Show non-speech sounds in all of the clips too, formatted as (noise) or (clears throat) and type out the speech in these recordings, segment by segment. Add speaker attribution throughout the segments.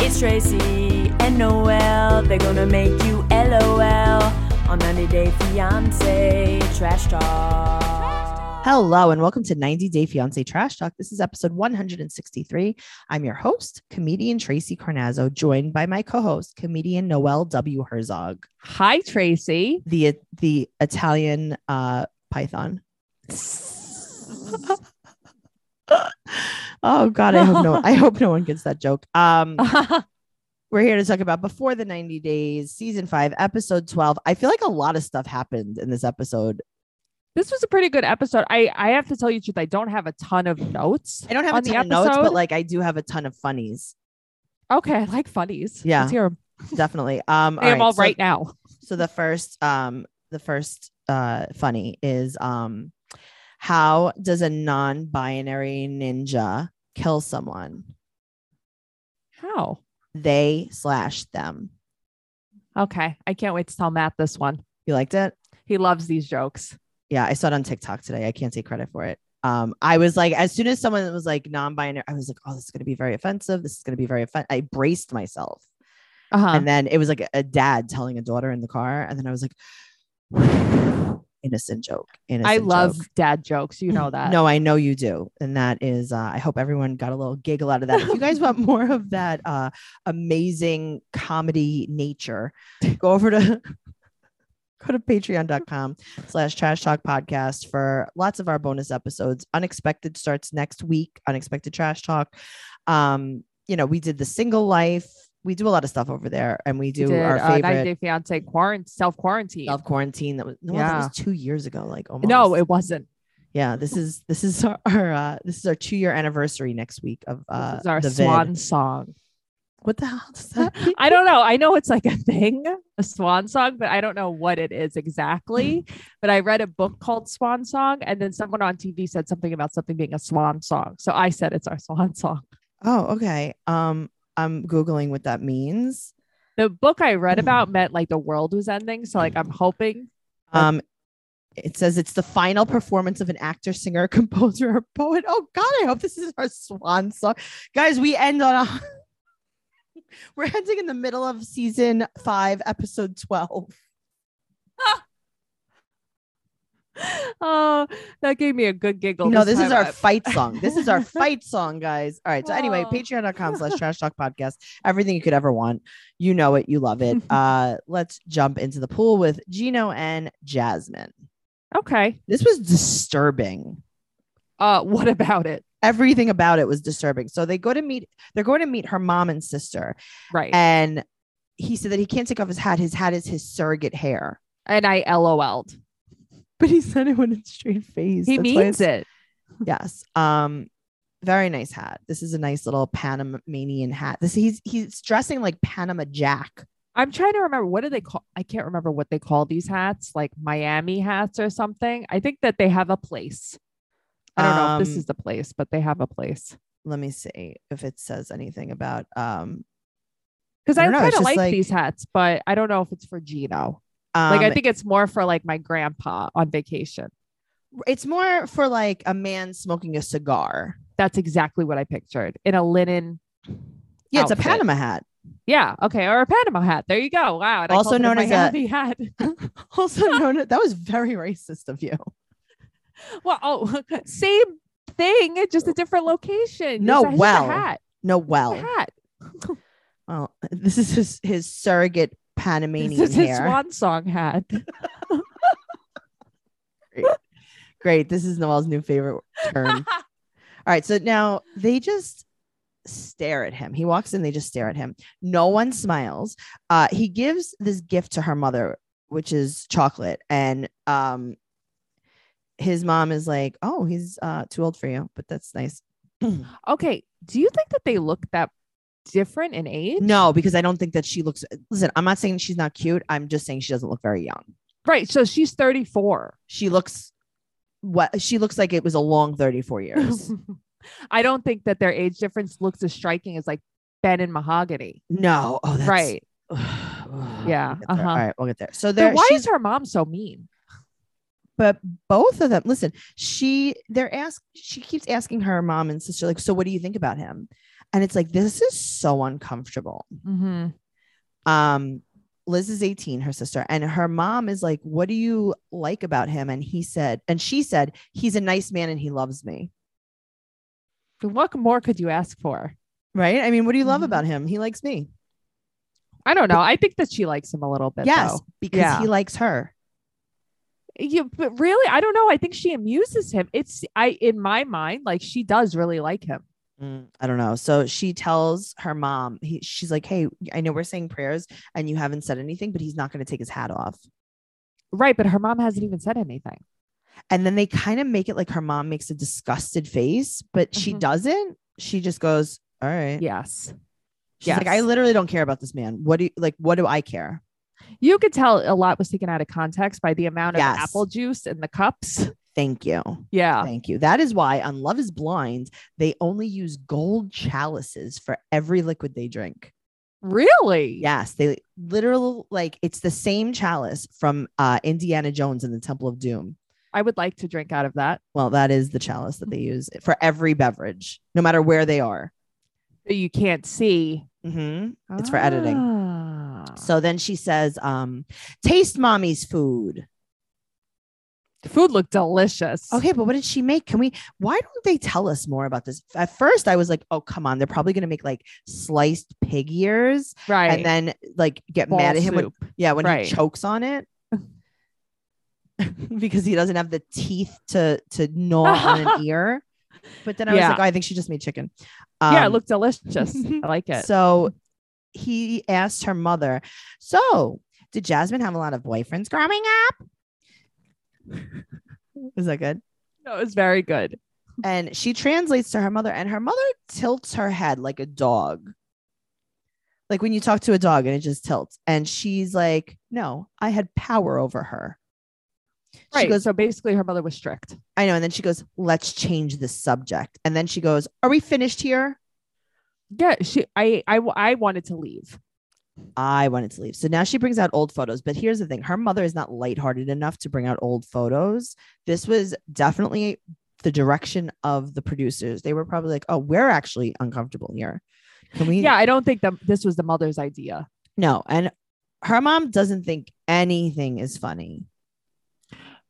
Speaker 1: It's Tracy and Noel. They're gonna make you LOL on 90 Day Fiance Trash Talk.
Speaker 2: Hello and welcome to 90 Day Fiance Trash Talk. This is episode 163. I'm your host, comedian Tracy Carnazzo, joined by my co-host, comedian Noel W. Herzog,
Speaker 3: Hi, Tracy. (laughs)
Speaker 2: the the Italian uh, python. (laughs) oh God, I hope no I hope no one gets that joke. Um, we're here to talk about before the 90 days, season five, episode 12. I feel like a lot of stuff happened in this episode.
Speaker 3: this was a pretty good episode. I, I have to tell you the truth. I don't have a ton of notes.
Speaker 2: I don't have
Speaker 3: On
Speaker 2: a
Speaker 3: the
Speaker 2: ton of notes, but
Speaker 3: episode?
Speaker 2: like I do have a ton of funnies.
Speaker 3: Okay, I like funnies.
Speaker 2: Yeah.
Speaker 3: Let's hear 'em.
Speaker 2: definitely um
Speaker 3: I am all
Speaker 2: so-
Speaker 3: right now.
Speaker 2: so, the first um the first uh funny is um how does a non-binary ninja kill someone
Speaker 3: How?
Speaker 2: they slash them
Speaker 3: Okay. I can't wait to tell Matt this one.
Speaker 2: you liked it
Speaker 3: He loves these jokes.
Speaker 2: yeah i saw it on tiktok today i can't take credit for it um i was like as soon as someone was like non-binary i was like oh this is going to be very offensive this is going to be very offensive i braced myself
Speaker 3: Uh huh.
Speaker 2: and then it was like a dad telling a daughter in the car and then i was like (sighs) innocent joke innocent
Speaker 3: I love
Speaker 2: joke.
Speaker 3: dad jokes. You know that.
Speaker 2: (laughs) No, I know you do. And that is, uh, I hope everyone got a little giggle out of that. If you guys want more of that uh, amazing comedy nature, go over to. (laughs) Go to patreon.com slash trash talk podcast for lots of our bonus episodes. Unexpected starts next week, Unexpected Trash Talk. Um, you know, we did the single life. We do a lot of stuff over there and we
Speaker 3: We
Speaker 2: do
Speaker 3: did,
Speaker 2: our
Speaker 3: uh, 90
Speaker 2: favorite
Speaker 3: Day Fiance quarantine, self quarantine.
Speaker 2: self quarantine that was, no, that was two years ago, like almost
Speaker 3: No, it wasn't.
Speaker 2: yeah this is this is (laughs) our, our uh this is our two year anniversary next week of uh
Speaker 3: this is our
Speaker 2: the vid.
Speaker 3: swan song.
Speaker 2: what the hell does
Speaker 3: (laughs)
Speaker 2: that mean?
Speaker 3: I don't know. I know it's like a thing, a swan song, but I don't know what it
Speaker 2: (laughs)
Speaker 3: is exactly. but I read a book called Swan Song, and then someone on TV said something about something being a swan song. So I said it's our (laughs) swan song.
Speaker 2: oh okay um i'm googling what that means
Speaker 3: The book I read
Speaker 2: Hmm.
Speaker 3: about meant like the world was ending. So like I'm
Speaker 2: (laughs)
Speaker 3: hoping. Like-
Speaker 2: um it says it's the final performance of an actor singer (laughs) composer or poet oh god i hope this is our swan song guys we end on a (laughs) we're ending in the middle of season five episode 12
Speaker 3: Oh, that gave me a good giggle.
Speaker 2: No, this
Speaker 3: time
Speaker 2: is our
Speaker 3: I-
Speaker 2: fight song. This is our fight song, guys. All right. So anyway,
Speaker 3: Oh.
Speaker 2: patreon.com slash trash talk podcast. Everything you could ever want. You know it. You love it. Uh, let's jump into the pool with Gino and Jasmine.
Speaker 3: okay.
Speaker 2: This was disturbing.
Speaker 3: Uh, what about it?
Speaker 2: Everything about it was disturbing. So they go to meet, they're going to meet her mom and sister.
Speaker 3: Right.
Speaker 2: And he said that he can't take off his hat. His hat is his surrogate hair.
Speaker 3: And I LOL'd.
Speaker 2: But he said it with a straight face. That's
Speaker 3: He
Speaker 2: why
Speaker 3: means
Speaker 2: it's-
Speaker 3: it.
Speaker 2: Yes. Um, very nice hat. This is a nice little Panamanian hat. This he's he's dressing like Panama Jack.
Speaker 3: I'm trying to remember what do they call I can't remember what they call these hats, like Miami hats or something. I think that they have a place. I don't know if this
Speaker 2: Um,
Speaker 3: is the place, but they have a place.
Speaker 2: Let me see if it says anything about um
Speaker 3: Because
Speaker 2: I
Speaker 3: I,
Speaker 2: don't know, it's
Speaker 3: kind of
Speaker 2: just
Speaker 3: like,
Speaker 2: like-
Speaker 3: these hats, but I don't know if it's for Gino.
Speaker 2: um
Speaker 3: Like I think it's more for like my grandpa on vacation.
Speaker 2: it's more for like a man smoking a cigar.
Speaker 3: That's exactly what I pictured in a linen.
Speaker 2: Yeah, it's a
Speaker 3: Outfit.
Speaker 2: Panama hat.
Speaker 3: Yeah. Okay. Or a Panama hat. There you go. Wow. and I
Speaker 2: Also
Speaker 3: called it a
Speaker 2: known as a-
Speaker 3: Miami hat.
Speaker 2: (laughs) (laughs) Also known as, that was very racist of you.
Speaker 3: well, oh, (laughs) same thing, just a different location.
Speaker 2: No,
Speaker 3: It's a- it's just a
Speaker 2: well,
Speaker 3: hat.
Speaker 2: No,
Speaker 3: It's
Speaker 2: (laughs)
Speaker 3: a
Speaker 2: well,
Speaker 3: hat. (laughs)
Speaker 2: well, Oh, this is his, his surrogate Panamanian
Speaker 3: This is his
Speaker 2: hair.
Speaker 3: swan song hat.
Speaker 2: Great. This is Noel's new favorite term. All right. So now they just stare at him. He walks in, they just stare at him. No one smiles. Uh, he gives this gift to her mother, which is chocolate. And um, his mom is like, Oh, he's uh, too old for you, but that's nice.
Speaker 3: okay. Do you think that they look that different in age?
Speaker 2: No, because I don't think that she looks. Listen, I'm not saying she's not cute. I'm just saying she doesn't look very young.
Speaker 3: Right. So she's 34.
Speaker 2: She looks what she looks like it was a long 34 years.
Speaker 3: (laughs) I don't think that their age difference looks as striking as like Ben and Mahogany.
Speaker 2: no. Oh, that's
Speaker 3: right.
Speaker 2: (sighs) yeah.
Speaker 3: Yeah, uh-huh.
Speaker 2: All right. We'll get there. So
Speaker 3: Then
Speaker 2: there,
Speaker 3: why
Speaker 2: she's
Speaker 3: is her mom so mean?
Speaker 2: but both of them listen she they're ask she keeps asking her mom and sister like so what do you think about him And it's like, this is so uncomfortable.
Speaker 3: Mhm.
Speaker 2: Um, Liz is 18, her sister, and her mom is like, What do you like about him? And he said, and she said, He's a nice man and he loves me.
Speaker 3: What more could you ask for?
Speaker 2: Right. I mean, what do you love
Speaker 3: Mhm.
Speaker 2: about him? He likes me.
Speaker 3: I don't know. I think that she likes him a little bit.
Speaker 2: yes,
Speaker 3: though.
Speaker 2: because
Speaker 3: Yeah.
Speaker 2: he likes her.
Speaker 3: Yeah, but really, I don't know. I think she amuses him. It's I in my mind, like she does really like him.
Speaker 2: Mm, I don't know. So she tells her mom, he, she's like, Hey, I know we're saying prayers and you haven't said anything, but he's not going to take his hat off.
Speaker 3: Right, but her mom hasn't even said anything.
Speaker 2: And then they kind of make it like her mom makes a disgusted face, but she
Speaker 3: Mhm.
Speaker 2: doesn't. She just goes, All right.
Speaker 3: Yes.
Speaker 2: She's like, I
Speaker 3: Yes.
Speaker 2: literally don't care about this man. What do you like? What do I care?
Speaker 3: You could tell a lot was taken out of context by the amount of
Speaker 2: Yes.
Speaker 3: apple juice in the cups.
Speaker 2: Thank you.
Speaker 3: Yeah.
Speaker 2: Thank you. That is why on Love is Blind, they only use gold chalices for every liquid they drink.
Speaker 3: Really?
Speaker 2: Yes, they literal like it's the same chalice from uh, Indiana Jones in the Temple of Doom.
Speaker 3: I would like to drink out of that.
Speaker 2: Well, that is the chalice that they use for every beverage, no matter where they are.
Speaker 3: That you can't see.
Speaker 2: hmm It's for editing.
Speaker 3: Ah.
Speaker 2: So then she says, um, "Taste mommy's food."
Speaker 3: The food looked delicious.
Speaker 2: Okay, but what did she make? Can we? Why don't they tell us more about this? At first, I was like, "Oh, come on! They're probably going to make like sliced pig ears,
Speaker 3: Right.
Speaker 2: and then like get
Speaker 3: Ball
Speaker 2: mad at him when
Speaker 3: soup.
Speaker 2: yeah when
Speaker 3: Right.
Speaker 2: he chokes on it (laughs) because he doesn't have the teeth to to gnaw on (laughs) an ear." But then I was
Speaker 3: Yeah.
Speaker 2: like, oh, "I think she just made chicken."
Speaker 3: yeah, it
Speaker 2: Um, (laughs)
Speaker 3: looked delicious. I like it.
Speaker 2: So he asked her mother, So did Jasmine have a lot of boyfriends growing up? (laughs) Is that good?
Speaker 3: No, it was very good.
Speaker 2: And she translates to her mother, and her mother tilts her head like a dog. Like when you talk to a dog and it just tilts. And she's like, No, I had power over her.
Speaker 3: Right.
Speaker 2: She goes,
Speaker 3: so basically, her mother was strict.
Speaker 2: I know. And then she goes, Let's change the subject. And then she goes, Are we finished here?
Speaker 3: Yeah, she. I. I. w- I wanted to leave.
Speaker 2: I wanted to leave. So now she brings out old photos. But here's the thing her mother is not lighthearted enough to bring out old photos. This was definitely the direction of the producers. They were probably like, oh, we're actually uncomfortable here. Can we?
Speaker 3: Yeah, I don't think that this was the mother's idea.
Speaker 2: No. And her mom doesn't think anything is funny.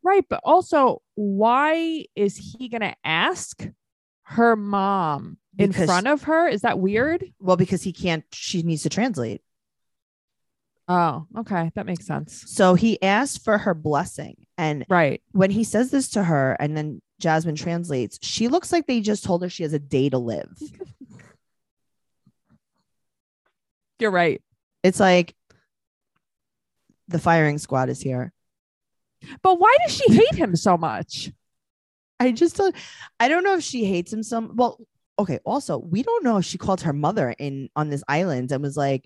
Speaker 3: Right, but also, why is he gonna ask her mom in
Speaker 2: Because-
Speaker 3: front of her? Is that weird?
Speaker 2: Well, because he can't, she needs to translate.
Speaker 3: Oh, okay, that makes sense.
Speaker 2: So he asked for her blessing. And
Speaker 3: Right.
Speaker 2: when he says this to her, and then Jasmine translates, she looks like they just told her she has a day to live.
Speaker 3: (laughs) You're right.
Speaker 2: It's like the firing squad is here.
Speaker 3: But why does she hate him so much?
Speaker 2: I just don't I don't know if she hates him some well okay also we don't know if she called her mother in on this island and was like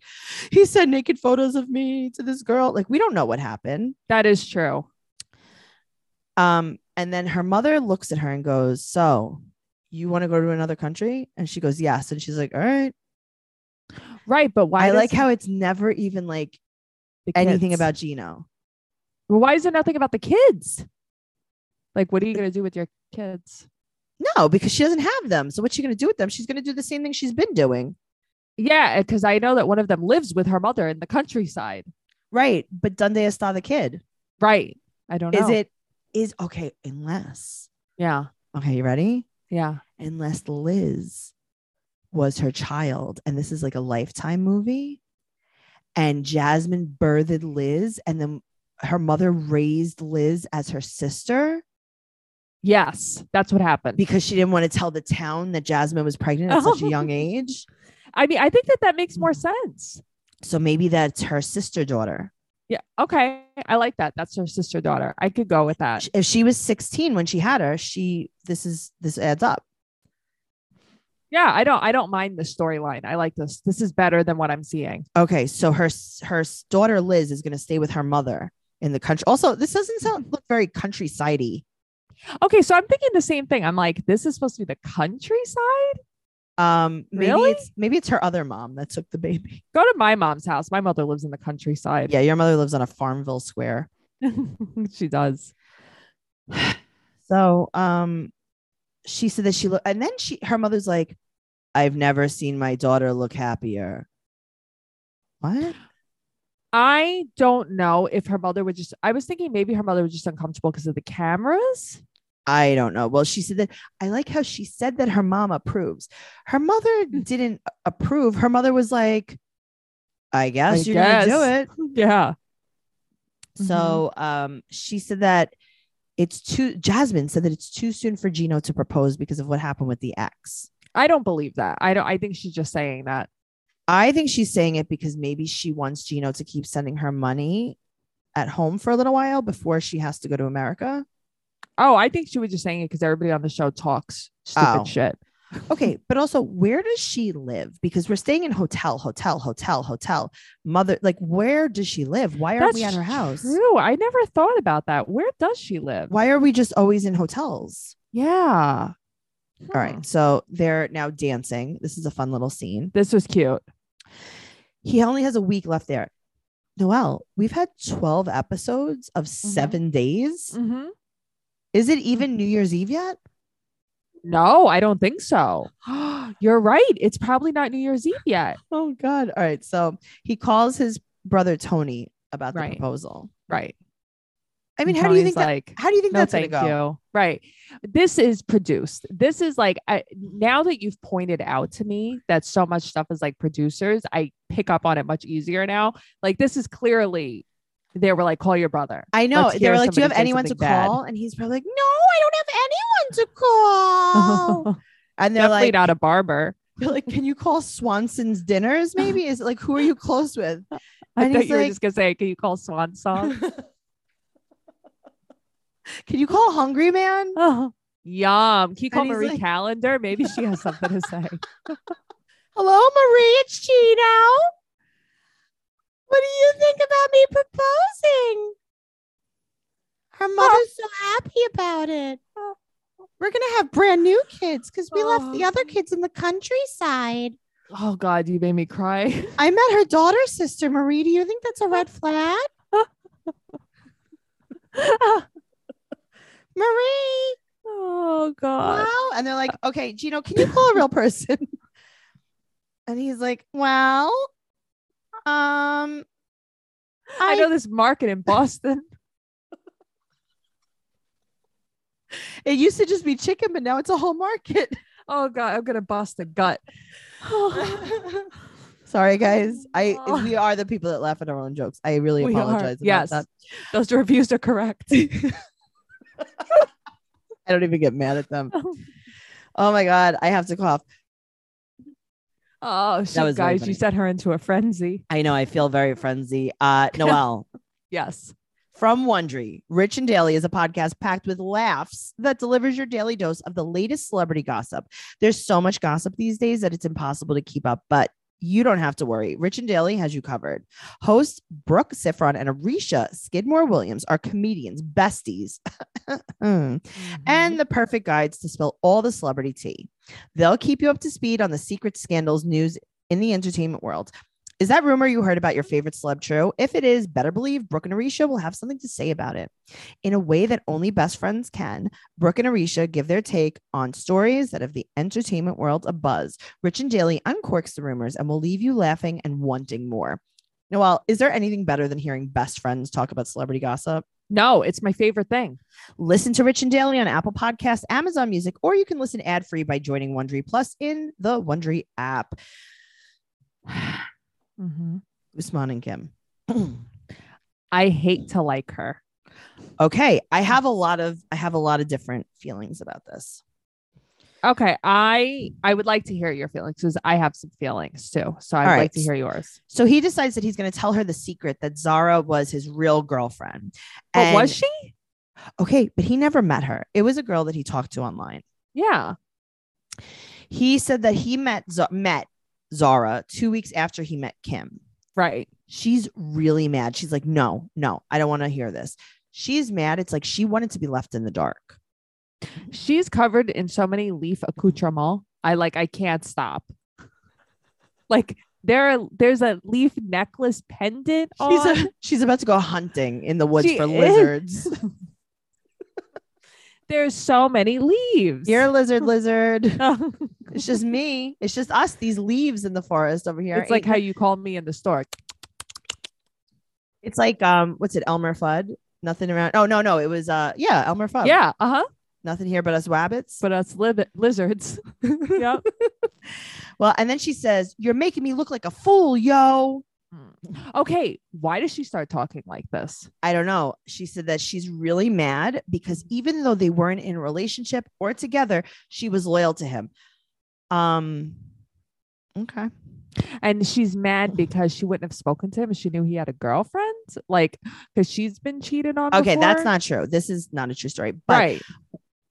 Speaker 2: he sent naked photos of me to this girl like we don't know what happened
Speaker 3: That is true.
Speaker 2: um and then her mother looks at her and goes so you want to go to another country and she goes yes and she's like all right
Speaker 3: Right, but why?
Speaker 2: I
Speaker 3: does
Speaker 2: like how it's never even like
Speaker 3: the
Speaker 2: anything
Speaker 3: kids-
Speaker 2: about Gino
Speaker 3: Well, why is there nothing about the kids? Like, what are you gonna do with your kids?
Speaker 2: no because she doesn't have them so what's she going to do with them she's going to do the same thing she's been doing
Speaker 3: Yeah, because I know that one of them lives with her mother in the countryside.
Speaker 2: right but Dundee está the kid
Speaker 3: Right. I don't know.
Speaker 2: Is it is okay unless
Speaker 3: Yeah.
Speaker 2: okay, you ready?
Speaker 3: Yeah.
Speaker 2: Unless Liz was her child and this is like a lifetime movie and Jasmine birthed Liz and then her mother raised Liz as her sister
Speaker 3: Yes, that's what happened.
Speaker 2: because she didn't want to tell the town that Jasmine was pregnant at such a
Speaker 3: (laughs)
Speaker 2: young
Speaker 3: Oh.
Speaker 2: age.
Speaker 3: I mean, I think that that makes more sense.
Speaker 2: So maybe that's her sister daughter.
Speaker 3: Yeah. Okay. I like that. That's her sister daughter. I could go with that.
Speaker 2: Sh- If she was 16 when she had her, she this is this adds up.
Speaker 3: Yeah. I don't. I don't mind the storyline. I like this. This is better than what I'm seeing.
Speaker 2: Okay, so her s- her s- daughter Liz is going to stay with her mother in the country. Also, this doesn't sound look very countryside-y.
Speaker 3: Okay. So I'm thinking the same thing. I'm like, this is supposed to be the countryside.
Speaker 2: Um, maybe
Speaker 3: Really?
Speaker 2: it's maybe it's her other mom that took the baby. (laughs)
Speaker 3: Go to my mom's house. My mother lives in the countryside.
Speaker 2: Yeah, your mother lives on a Farmville square.
Speaker 3: (laughs) she does.
Speaker 2: So, um, she said that she looked, and then she her mother's like, I've never seen my daughter look happier. What?
Speaker 3: I don't know if her mother would just, I was thinking maybe her mother was just uncomfortable because of the cameras. (laughs)
Speaker 2: I don't know. Well, she said that I like how she said that her mom approves. Her mother
Speaker 3: Hmm.
Speaker 2: didn't approve. Her mother was like, I guess
Speaker 3: I
Speaker 2: you're gonna
Speaker 3: guess. Mm-hmm.
Speaker 2: do it.
Speaker 3: Yeah.
Speaker 2: So um she said that it's too Jasmine said that it's too soon for Gino to propose because of what happened with the ex.
Speaker 3: I don't believe that. I don't, I think she's just saying that.
Speaker 2: I think she's saying it because maybe she wants Gino to keep sending her money at home for a little while before she has to go to America.
Speaker 3: Oh, I think she was just saying it because everybody on the show talks stupid
Speaker 2: Oh.
Speaker 3: shit.
Speaker 2: Okay, but also where does she live? Because we're staying in hotel, hotel, hotel, hotel. Mother, like where does she live? Why aren't we at her house?
Speaker 3: True. I never thought about that. Where does she live?
Speaker 2: Why are we just always in hotels?
Speaker 3: Yeah.
Speaker 2: All
Speaker 3: Hmm.
Speaker 2: right, so they're now dancing. This is a fun little scene.
Speaker 3: This was cute.
Speaker 2: he only has a week left there. Noel, we've had 12 episodes of seven days.
Speaker 3: Mm-hmm.
Speaker 2: Is it even New Year's Eve yet?
Speaker 3: No, I don't think so. (gasps) You're right. It's probably not New Year's Eve yet.
Speaker 2: Oh, God. All right. So he calls his brother Tony about the
Speaker 3: Right.
Speaker 2: proposal.
Speaker 3: Right.
Speaker 2: I mean, how do you think that?
Speaker 3: like,
Speaker 2: How do you think
Speaker 3: no,
Speaker 2: that's
Speaker 3: thank
Speaker 2: gonna go?
Speaker 3: you. Right. This is produced. This is like, I, now that you've pointed out to me that so much stuff is like producers, I pick up on it much easier now. Like, this is clearly, they were like, call your brother.
Speaker 2: I know.
Speaker 3: Let's
Speaker 2: They were
Speaker 3: hear
Speaker 2: like, "Do you have
Speaker 3: somebody say
Speaker 2: anyone to
Speaker 3: something bad."
Speaker 2: call?" And he's probably like, "No, I don't have anyone to call." (laughs)
Speaker 3: (laughs)
Speaker 2: and Oh. they're
Speaker 3: Definitely
Speaker 2: like,
Speaker 3: not a barber.
Speaker 2: they're like, "Can you call Swanson's dinners? Maybe is it like who are you close (laughs) with?"
Speaker 3: I
Speaker 2: And
Speaker 3: thought
Speaker 2: he's
Speaker 3: you were
Speaker 2: like-
Speaker 3: just gonna say, "Can you call Swan Song?"
Speaker 2: (laughs) Can you call Hungry Man?
Speaker 3: oh, yum. Can you call
Speaker 2: he's
Speaker 3: Marie
Speaker 2: like-
Speaker 3: Calendar? Maybe she has something to
Speaker 2: (laughs)
Speaker 3: say.
Speaker 2: Hello, Marie. It's Gino. What do you think about me proposing? Her mother's so happy about it. We're going to have brand new kids because we left the
Speaker 3: Oh.
Speaker 2: other kids in the countryside.
Speaker 3: Oh God, you made me cry.
Speaker 2: I met her daughter's sister, Marie. Do you think that's a red
Speaker 3: (laughs)
Speaker 2: flag? Marie.
Speaker 3: (laughs) oh God.
Speaker 2: Wow. And they're like, okay, Gino, can you call a real person? (laughs) and he's like, well, um,
Speaker 3: I know this market in Boston.
Speaker 2: (laughs) It used to just be chicken, but now it's a whole market. (laughs)
Speaker 3: Oh God, I'm gonna bust a gut. (sighs)
Speaker 2: Sorry, guys. I
Speaker 3: Oh.
Speaker 2: we are the people that laugh at our own jokes. I really
Speaker 3: We are,
Speaker 2: apologize about
Speaker 3: yes.
Speaker 2: that.
Speaker 3: Those reviews are correct.
Speaker 2: (laughs) I don't even get mad at them.
Speaker 3: (laughs) Oh.
Speaker 2: Oh my god, I have to cough.
Speaker 3: Oh
Speaker 2: was
Speaker 3: shit,
Speaker 2: very
Speaker 3: guys,
Speaker 2: funny.
Speaker 3: you set her into a frenzy.
Speaker 2: I know I feel very frenzy. Uh Noel
Speaker 3: Yes.
Speaker 2: from Wondery, Rich and Daily is a podcast packed with laughs that delivers your daily dose of the latest celebrity gossip. There's so much gossip these days that it's impossible to keep up, but you don't have to worry. Rich and Daily has you covered. Hosts Brooke Sifron and Arisha Skidmore Williams are comedians, besties. (laughs) Mm. and the perfect guides to spill all the celebrity tea. They'll keep you up to speed on the secret scandals news in the entertainment world. Is that rumor you heard about your favorite celeb true? If it is, better believe Brooke and Arisha will have something to say about it. In a way that only best friends can, Brooke and Arisha give their take on stories that have the entertainment world abuzz. Rich and Daily uncorks the rumors and will leave you laughing and wanting more. Noel, is there anything better than hearing best friends talk about celebrity gossip?
Speaker 3: no, it's my favorite thing. (sighs)
Speaker 2: Listen to Rich and Daily on Apple Podcasts, Amazon Music, or you can listen ad free by joining Wondery Plus in the Wondery app. Usman and Kim.
Speaker 3: Mm-hmm.
Speaker 2: (clears throat)
Speaker 3: I hate to like her.
Speaker 2: okay, I have a lot of I have a lot of different feelings about this.
Speaker 3: Okay, I I would like to hear your feelings because I have some feelings too. So I'd
Speaker 2: All right.
Speaker 3: like to hear yours.
Speaker 2: So he decides that he's going to tell her the secret that Zara was his real girlfriend.
Speaker 3: But
Speaker 2: And-
Speaker 3: was she?
Speaker 2: Okay, but he never met her. It was a girl that he talked to online.
Speaker 3: Yeah.
Speaker 2: He said that he met Z- met Zara 2 weeks after he met Kim.
Speaker 3: Right.
Speaker 2: she's really mad. She's like, no, no, I don't want to hear this. She's mad. It's like she wanted to be left in the dark.
Speaker 3: She's covered in so many leaf accoutrements. I like I can't stop. Like there are, there's a leaf necklace pendant
Speaker 2: She's, (laughs)
Speaker 3: on.
Speaker 2: she's about to go hunting in the woods
Speaker 3: She
Speaker 2: for
Speaker 3: is.
Speaker 2: lizards.
Speaker 3: (laughs) There's so many leaves. (laughs)
Speaker 2: You're a lizard, lizard.
Speaker 3: it's
Speaker 2: It's just me. It's just us. These leaves in the forest over here.
Speaker 3: like
Speaker 2: Ain't-
Speaker 3: how you call me in the store.
Speaker 2: it's like um, what's it? Elmer Fudd. Nothing around. Oh no, no, it was uh, yeah, Elmer Fudd.
Speaker 3: Yeah. Uh huh.
Speaker 2: nothing here but us rabbits.
Speaker 3: But us lib- lizards. (laughs) yep.
Speaker 2: well, and then she says, "You're making me look like a fool, yo."
Speaker 3: Okay. Why does she start talking like this?
Speaker 2: I don't know. She said that she's really mad because even though they weren't in a relationship or together, she was loyal to him. Um. Okay.
Speaker 3: And she's mad because she wouldn't have spoken to him if she knew he had a girlfriend. Like, because she's been cheated on.
Speaker 2: Okay, that's
Speaker 3: before.
Speaker 2: not true. This is not a true story. But
Speaker 3: right.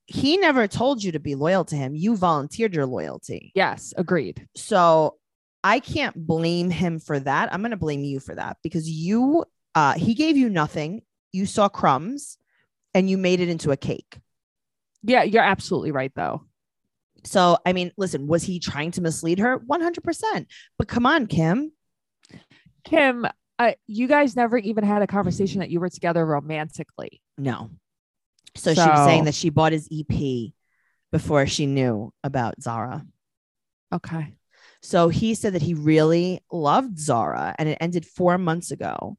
Speaker 2: he never told you to be loyal to him. You volunteered your loyalty.
Speaker 3: Yes. Agreed.
Speaker 2: So I can't blame him for that. I'm going to blame you for that because you, uh, he gave you nothing. You saw crumbs and you made it into a cake.
Speaker 3: Yeah. You're absolutely right, though.
Speaker 2: So, I mean, listen, was he trying to mislead her? 100%. But come on, Kim.
Speaker 3: Kim, uh, you guys never even had a conversation that you were together romantically.
Speaker 2: No. So, she was saying
Speaker 3: So-
Speaker 2: that she bought his EP before she knew about Zara.
Speaker 3: Okay.
Speaker 2: So he said that he really loved Zara and it ended four months ago.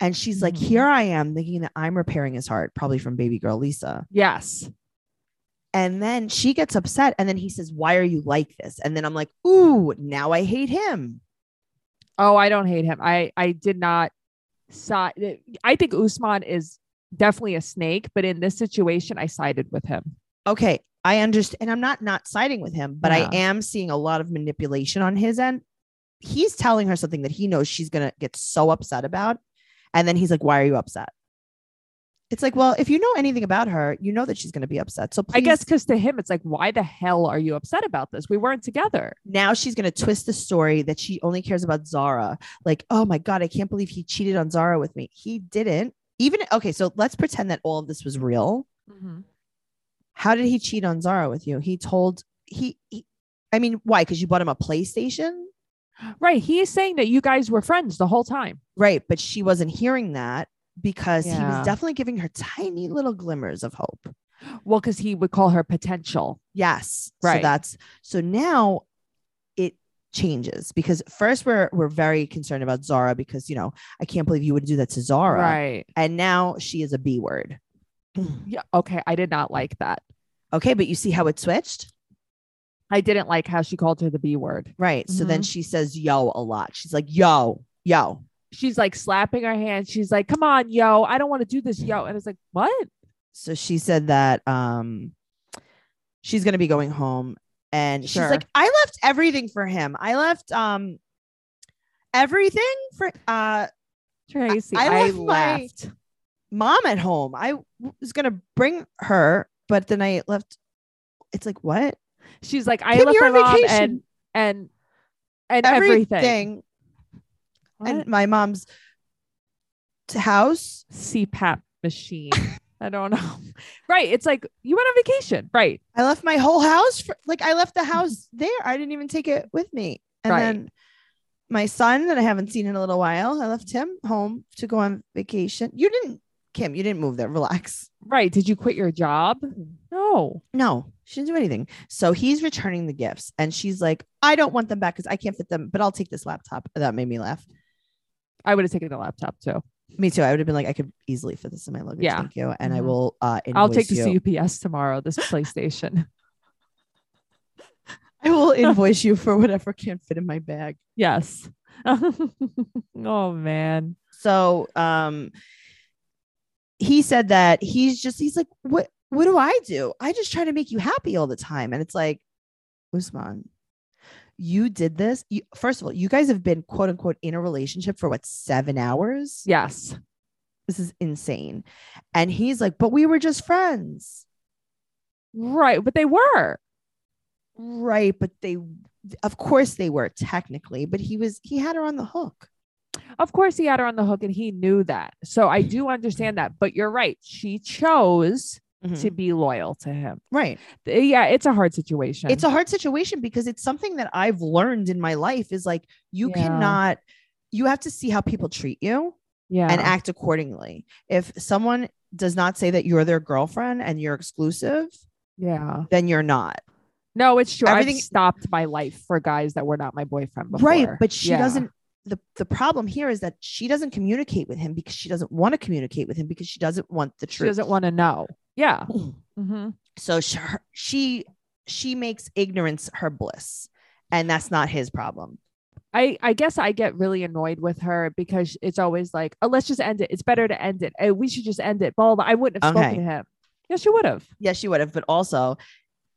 Speaker 2: And she's like,
Speaker 3: Mhm.
Speaker 2: here I am thinking that I'm repairing his heart, probably from baby girl Lisa.
Speaker 3: Yes.
Speaker 2: And then she gets upset. And then he says, Why are you like this? And then I'm like, Ooh, now I hate him.
Speaker 3: Oh, I don't hate him. I I did not side. I think Usman is definitely a snake, but in this situation, I sided with him.
Speaker 2: Okay. I understand. And I'm not not siding with him, but
Speaker 3: Yeah.
Speaker 2: I am seeing a lot of manipulation on his end. He's telling her something that he knows she's going to get so upset about. And then he's like, Why are you upset? It's like, Well, if you know anything about her, you know that she's going to be upset. So please
Speaker 3: I guess because to him, it's like, why the hell are you upset about this? We weren't together.
Speaker 2: now she's going to twist the story that she only cares about Zara. Like, oh my God, I can't believe he cheated on Zara with me. He didn't. Even, okay, so let's pretend that all of this was real.
Speaker 3: Mm-hmm.
Speaker 2: How did he cheat on Zara with you? He told, he, he I mean, why? Because you bought him a PlayStation?
Speaker 3: Right. He is saying that you guys were friends the whole time.
Speaker 2: Right. But she wasn't hearing that because he
Speaker 3: Yeah.
Speaker 2: was definitely giving her tiny little glimmers of hope.
Speaker 3: Well, because he would call her potential.
Speaker 2: Yes. So
Speaker 3: Right.
Speaker 2: that's so now it changes because first we're we're very concerned about Zara because you know, I can't believe you would do that to Zara.
Speaker 3: Right.
Speaker 2: And now she is a B word.
Speaker 3: Yeah. Okay. I did not like that.
Speaker 2: Okay, but you see how it switched?
Speaker 3: I didn't like how she called her the B word.
Speaker 2: Right. So
Speaker 3: Mm-hmm.
Speaker 2: then she says yo a lot. She's like, yo, yo.
Speaker 3: She's like slapping her hand. She's like, come on, yo. I don't want to do this, yo. And it's like, what?
Speaker 2: So she said that um she's gonna be going home. And she's
Speaker 3: Sure.
Speaker 2: like, I left everything for him. I left um everything for uh
Speaker 3: Tracy,
Speaker 2: I
Speaker 3: I,
Speaker 2: left my-
Speaker 3: left.
Speaker 2: mom at home. I w- was gonna bring her, but then I left. It's like what?
Speaker 3: She's like, I
Speaker 2: Kim,
Speaker 3: left
Speaker 2: you're
Speaker 3: my
Speaker 2: on
Speaker 3: mom and
Speaker 2: vacation.
Speaker 3: and and everything.
Speaker 2: and
Speaker 3: What?
Speaker 2: my mom's t- house.
Speaker 3: CPAP
Speaker 2: (laughs)
Speaker 3: machine. I don't know. Right. It's like you went on vacation. Right.
Speaker 2: I left my whole house for like I left the house there. I didn't even take it with me. And
Speaker 3: Right.
Speaker 2: then my son that I haven't seen in a little while, I left him home to go on vacation. You didn't, Kim. You didn't move there. Relax.
Speaker 3: Right. Did you quit your job? No.
Speaker 2: No, she didn't do anything. So he's returning the gifts, and she's like, "I don't want them back because I can't fit them, but I'll take this laptop." That made me laugh.
Speaker 3: I would have taken the laptop too.
Speaker 2: Me too. I would have been like, I could easily fit this in my luggage.
Speaker 3: Yeah.
Speaker 2: Thank you. And I
Speaker 3: Mhm.
Speaker 2: will uh
Speaker 3: I'll take
Speaker 2: invoice
Speaker 3: this to UPS tomorrow, this PlayStation. (laughs)
Speaker 2: I will invoice you for whatever can't fit in my bag.
Speaker 3: yes. (laughs) oh man.
Speaker 2: So um he said that he's just he's like, What what do I do? I just try to make you happy all the time. And it's like, Usman, you did this. You, first of all, you guys have been quote unquote in a relationship for what seven hours?
Speaker 3: Yes.
Speaker 2: This is insane. And he's like, But we were just friends.
Speaker 3: Right. But they were.
Speaker 2: Right, but they of course they were technically, but he was he had her on the hook.
Speaker 3: Of course he had her on the hook and he knew that. So I do understand that. But you're right. She chose to
Speaker 2: Hmm.
Speaker 3: be loyal to him.
Speaker 2: Right.
Speaker 3: Th- Yeah, it's a hard situation.
Speaker 2: It's a hard situation because it's something that I've learned in my life is like you
Speaker 3: Yeah.
Speaker 2: cannot you have to see how people treat you
Speaker 3: yeah.
Speaker 2: and act accordingly. If someone does not say that you're their girlfriend and you're exclusive,
Speaker 3: Yeah.
Speaker 2: then you're not.
Speaker 3: No, it's true.
Speaker 2: Everything-
Speaker 3: I've stopped my life for guys that were not my boyfriend before.
Speaker 2: Right. But she
Speaker 3: Yeah.
Speaker 2: doesn't. The, the problem here is that she doesn't communicate with him because she doesn't want to communicate with him because she doesn't want the
Speaker 3: She
Speaker 2: truth.
Speaker 3: doesn't want to know.
Speaker 2: (clears throat)
Speaker 3: Yeah. Mm-hmm.
Speaker 2: so she, her- she she makes ignorance her bliss and that's not his problem
Speaker 3: I, I guess I get really annoyed with her because it's always like, oh, let's just end it. It's better to end it. Eh, we should just end it. Blah, blah. I wouldn't have
Speaker 2: Okay.
Speaker 3: spoken to him. Yeah, she would have.
Speaker 2: yes she would have but also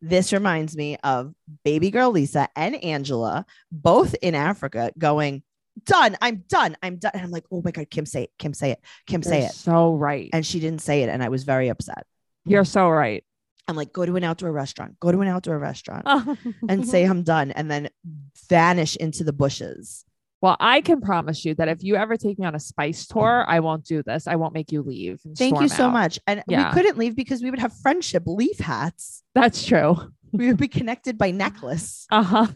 Speaker 2: this reminds me of baby girl lisa and angela both in africa going done i'm done i'm done and i'm like oh my god kim say it kim say it kim say
Speaker 3: You're
Speaker 2: it
Speaker 3: So right.
Speaker 2: and she didn't say it and i was very upset
Speaker 3: You're so right.
Speaker 2: i'm like go to an outdoor restaurant go to an outdoor
Speaker 3: (laughs)
Speaker 2: restaurant and say i'm done and then vanish into the bushes
Speaker 3: Well, I can promise you that if you ever take me on a spice tour, I won't do this. I won't make you leave. and
Speaker 2: thank you
Speaker 3: storm
Speaker 2: so
Speaker 3: out.
Speaker 2: much and
Speaker 3: Yeah.
Speaker 2: we couldn't leave because we would have friendship leaf hats
Speaker 3: That's true.
Speaker 2: we would be connected by necklace
Speaker 3: Uh huh.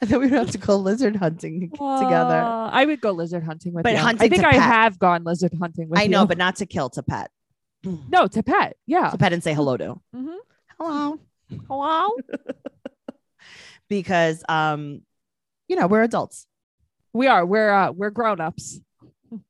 Speaker 2: and then we would have to go lizard (laughs) hunting together
Speaker 3: Uh, I would go lizard hunting with
Speaker 2: But
Speaker 3: you.
Speaker 2: hunting
Speaker 3: I think
Speaker 2: to
Speaker 3: I
Speaker 2: pet.
Speaker 3: have gone lizard hunting with
Speaker 2: i know
Speaker 3: you.
Speaker 2: but not to kill to pet to
Speaker 3: no, to pet. Yeah.
Speaker 2: pet and say hello to
Speaker 3: hmm
Speaker 2: hello
Speaker 3: Hello.
Speaker 2: because um you know we're adults
Speaker 3: we are. We're uh, we're grown ups.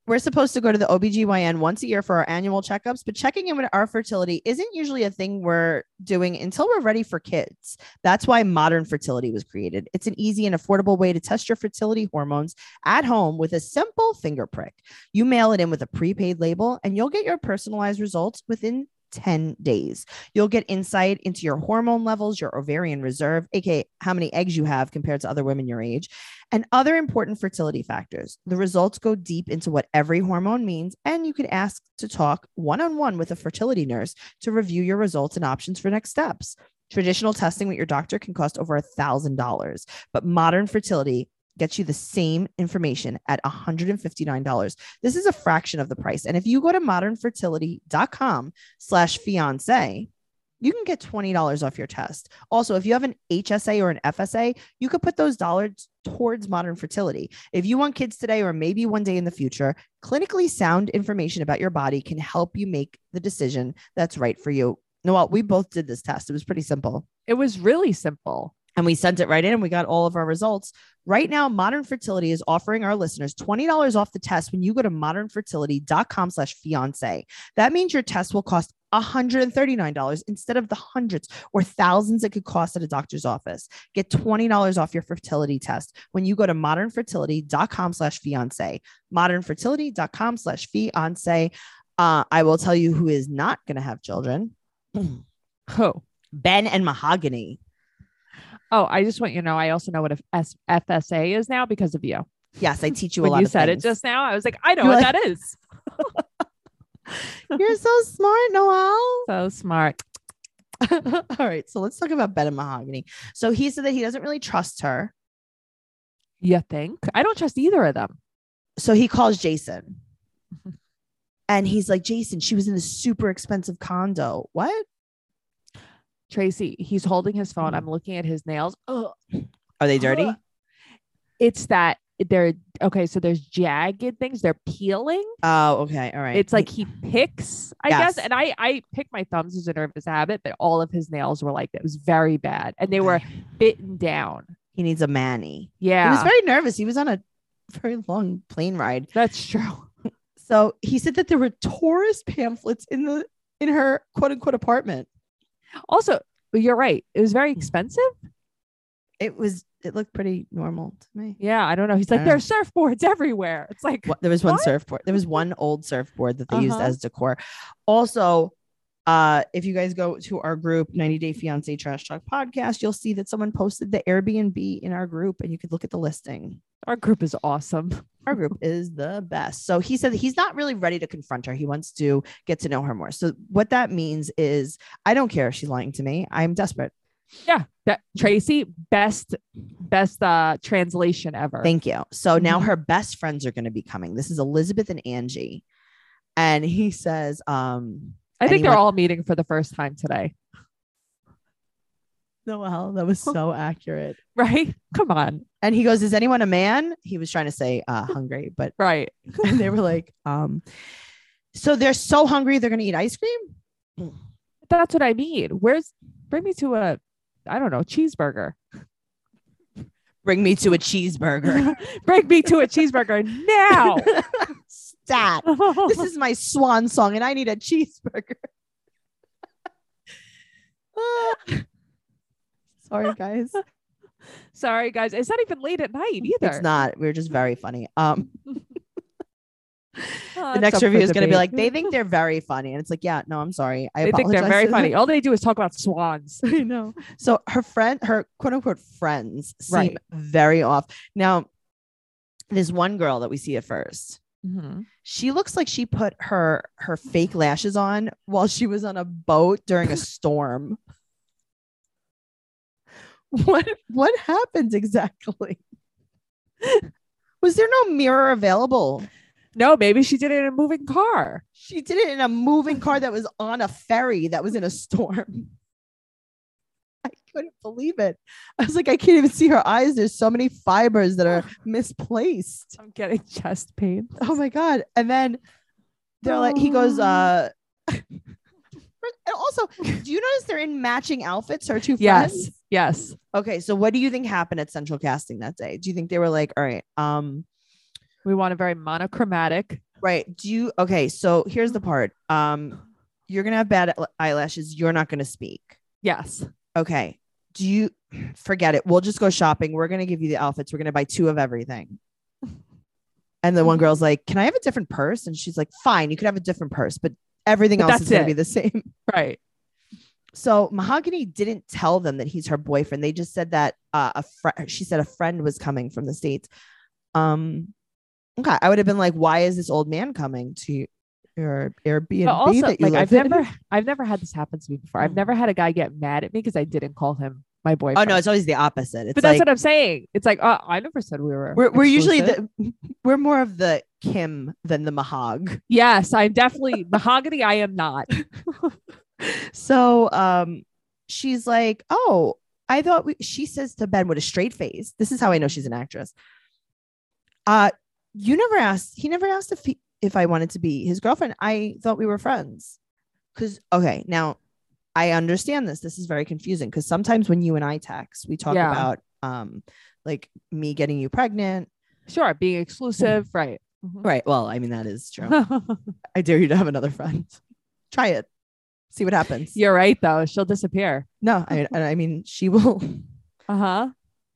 Speaker 2: we're supposed to go to the OBGYN once a year for our annual checkups, but checking in with our fertility isn't usually a thing we're doing until we're ready for kids. That's why modern fertility was created. It's an easy and affordable way to test your fertility hormones at home with a simple finger prick. You mail it in with a prepaid label, and you'll get your personalized results within 10 days. You'll get insight into your hormone levels, your ovarian reserve, aka how many eggs you have compared to other women your age, and other important fertility factors. The results go deep into what every hormone means, and you can ask to talk one on one with a fertility nurse to review your results and options for next steps. Traditional testing with your doctor can cost over $1,000, but modern fertility gets you the same information at $159. This is a fraction of the price. And if you go to modernfertility.com slash fiance, you can get $20 off your test. Also, if you have an HSA or an FSA, you could put those dollars towards modern fertility. If you want kids today or maybe one day in the future, clinically sound information about your body can help you make the decision that's right for you. Noel, we both did this test. It was pretty simple.
Speaker 3: It was really simple.
Speaker 2: And we sent it right in and we got all of our results. Right now, Modern Fertility is offering our listeners $20 off the test when you go to modernfertility.com slash fiance. That means your test will cost $139 instead of the hundreds or thousands it could cost at a doctor's office. Get $20 off your fertility test when you go to modernfertility.com slash fiance. Modernfertility.com slash fiance. Uh, I will tell you who is not going to have children. (clears throat)
Speaker 3: Oh.
Speaker 2: Ben and Mahogany.
Speaker 3: Oh, I just want you to know. I also know what a S- FSA is now because of you.
Speaker 2: Yes, I teach you a
Speaker 3: when
Speaker 2: lot
Speaker 3: you
Speaker 2: of
Speaker 3: said
Speaker 2: things.
Speaker 3: it just now, I was like, I know
Speaker 2: You're
Speaker 3: what
Speaker 2: like-
Speaker 3: that is.
Speaker 2: (laughs) You're so smart, Noel. (laughs)
Speaker 3: So smart.
Speaker 2: All right. So let's talk about Ben and Mahogany. So he said that he doesn't really trust her.
Speaker 3: You think? I don't trust either of them.
Speaker 2: So he calls Jason
Speaker 3: (laughs) Mhm.
Speaker 2: and he's like, Jason, she was in this super expensive condo. What?
Speaker 3: Tracy, he's holding his
Speaker 2: Mm-hmm.
Speaker 3: phone. I'm looking at his nails. Oh,
Speaker 2: Are they dirty?
Speaker 3: it's that they're okay. So there's jagged things. They're peeling.
Speaker 2: (gasps) oh, okay. All right.
Speaker 3: It's like he picks, I
Speaker 2: Yes.
Speaker 3: guess. And I, I pick my thumbs as a nervous habit, but all of his nails were like that. It was very bad, and they were bitten down.
Speaker 2: he needs a manny. He was
Speaker 3: Yeah,
Speaker 2: very nervous. He was on a very long plane ride.
Speaker 3: that's true.
Speaker 2: So he said that there were tourist pamphlets in the in her quote unquote apartment.
Speaker 3: Also, you're right. It was
Speaker 2: Mm.
Speaker 3: very expensive.
Speaker 2: It was it looked pretty normal to me.
Speaker 3: Yeah, I don't know. He's like,
Speaker 2: Yeah.
Speaker 3: there are surfboards everywhere. It's like,
Speaker 2: Wha- there was one
Speaker 3: What?
Speaker 2: surfboard. There was one old surfboard that they used
Speaker 3: Uh-huh.
Speaker 2: as decor. Also, uh, if you guys go to our group, 90 Day Fiance Trash Talk Podcast, you'll see that someone posted the Airbnb in our group and you could look at the listing.
Speaker 3: our group is awesome.
Speaker 2: Our group is the best. So he said that he's not really ready to confront her. He wants to get to know her more. So what that means is I don't care if she's lying to me. I'm desperate.
Speaker 3: Yeah, that Tracy, best, best uh translation ever.
Speaker 2: Thank you. So now
Speaker 3: Mhm.
Speaker 2: her best friends are going to be coming. This is Elizabeth and Angie. And he says, um,
Speaker 3: I think
Speaker 2: anyone-
Speaker 3: they're all meeting for the first time today,
Speaker 2: Noel, that was (laughs) so accurate.
Speaker 3: right? (laughs) Come on,
Speaker 2: And he goes, Is anyone a man? He was trying to say uh, hungry, but (laughs)
Speaker 3: right?
Speaker 2: and they were like, um, So they're so hungry they're gonna eat ice cream.
Speaker 3: That's what I mean. Where's bring me to a I don't know, cheeseburger. (laughs)
Speaker 2: Bring me to a (laughs) cheeseburger.
Speaker 3: Bring me to a cheeseburger now. (laughs)
Speaker 2: (laughs) Stat. This is my swan song, and I need a cheeseburger. Ah. (laughs) Sorry, guys.
Speaker 3: Sorry guys. It's not even late at night either.
Speaker 2: It's not. We're just very funny. Um,
Speaker 3: Oh,
Speaker 2: the
Speaker 3: that's up
Speaker 2: next
Speaker 3: for
Speaker 2: review is going to be
Speaker 3: debate.
Speaker 2: like, they think they're very funny, and it's like, yeah, no, I'm sorry. I
Speaker 3: they think they're
Speaker 2: apologize
Speaker 3: very
Speaker 2: to them.
Speaker 3: funny. All they do is talk about swans.
Speaker 2: (laughs) I know. So her friend, her quote unquote friends seem
Speaker 3: Right.
Speaker 2: very off. Now, there's one girl that we see at first.
Speaker 3: Mm-hmm.
Speaker 2: She looks like she put her her fake lashes on while she was on a boat during a storm. What what happened exactly? Was there no mirror available?
Speaker 3: No, maybe she did it in a moving car.
Speaker 2: She did it in a moving car that was on a ferry that was in a storm. (laughs) I couldn't believe it. I was like, I can't even see her eyes. There's so many fibers that
Speaker 3: (sighs)
Speaker 2: are misplaced.
Speaker 3: I'm
Speaker 2: (laughs)
Speaker 3: getting chest pain.
Speaker 2: Oh my God. And then they're like, he
Speaker 3: (sighs)
Speaker 2: goes, uh, (laughs) and also, do you notice they're in matching outfits? Her two
Speaker 3: Yes.
Speaker 2: friends.
Speaker 3: Yes.
Speaker 2: Okay. So, what do you think happened at Central Casting that day? Do you think they were like, all right, um,
Speaker 3: We want a very monochromatic.
Speaker 2: Right. Do you okay? So here's the part. Um, you're gonna have bad eyelashes. You're not gonna speak.
Speaker 3: Yes.
Speaker 2: Okay. Do you (clears throat) forget it? We'll just go shopping. We're gonna give you the outfits. We're gonna buy two of
Speaker 3: (laughs)
Speaker 2: everything. And the one girl's like, "Can I have a different purse?" And she's like, "Fine, you could have a different purse, but everything
Speaker 3: But
Speaker 2: else is
Speaker 3: that's
Speaker 2: gonna
Speaker 3: it.
Speaker 2: be the same."
Speaker 3: Right.
Speaker 2: So Mahogany didn't tell them that he's her boyfriend. They just said that uh, a friend. She said a friend was coming from the states. Um, okay, I would have been like, "Why is this old man coming to your Airbnb
Speaker 3: But also,
Speaker 2: that you
Speaker 3: like I've
Speaker 2: live in?"
Speaker 3: never I've never had this happen to me before. I've
Speaker 2: Mm.
Speaker 3: never had a guy get mad at me because I didn't call him my boyfriend.
Speaker 2: Oh no, it's always the opposite. It's
Speaker 3: but that's
Speaker 2: like
Speaker 3: what I'm saying. It's like, oh, I never said we were.
Speaker 2: we're, we're usually
Speaker 3: exclusive.
Speaker 2: the, we're more of the Kim than the Mahog.
Speaker 3: yes. I'm definitely mahogany. I am not.
Speaker 2: So um, she's like, "Oh, I thought we, she says to Ben with a straight face. This is how I know she's an actress. Uh, you never asked. He never asked if he, if I wanted to be his girlfriend. I thought we were friends. Because okay, now I understand this. This is very confusing because sometimes when you and I text, we talk
Speaker 3: Yeah.
Speaker 2: about um, like me getting you pregnant.
Speaker 3: Sure, being exclusive.
Speaker 2: (laughs)
Speaker 3: Right.
Speaker 2: Right. Well, I mean that is true. (laughs) I dare you to have another friend. Try it. See what happens.
Speaker 3: (laughs) You're right though. She'll disappear.
Speaker 2: No, I, I mean she will.
Speaker 3: Uh
Speaker 2: Uh-huh.
Speaker 3: huh.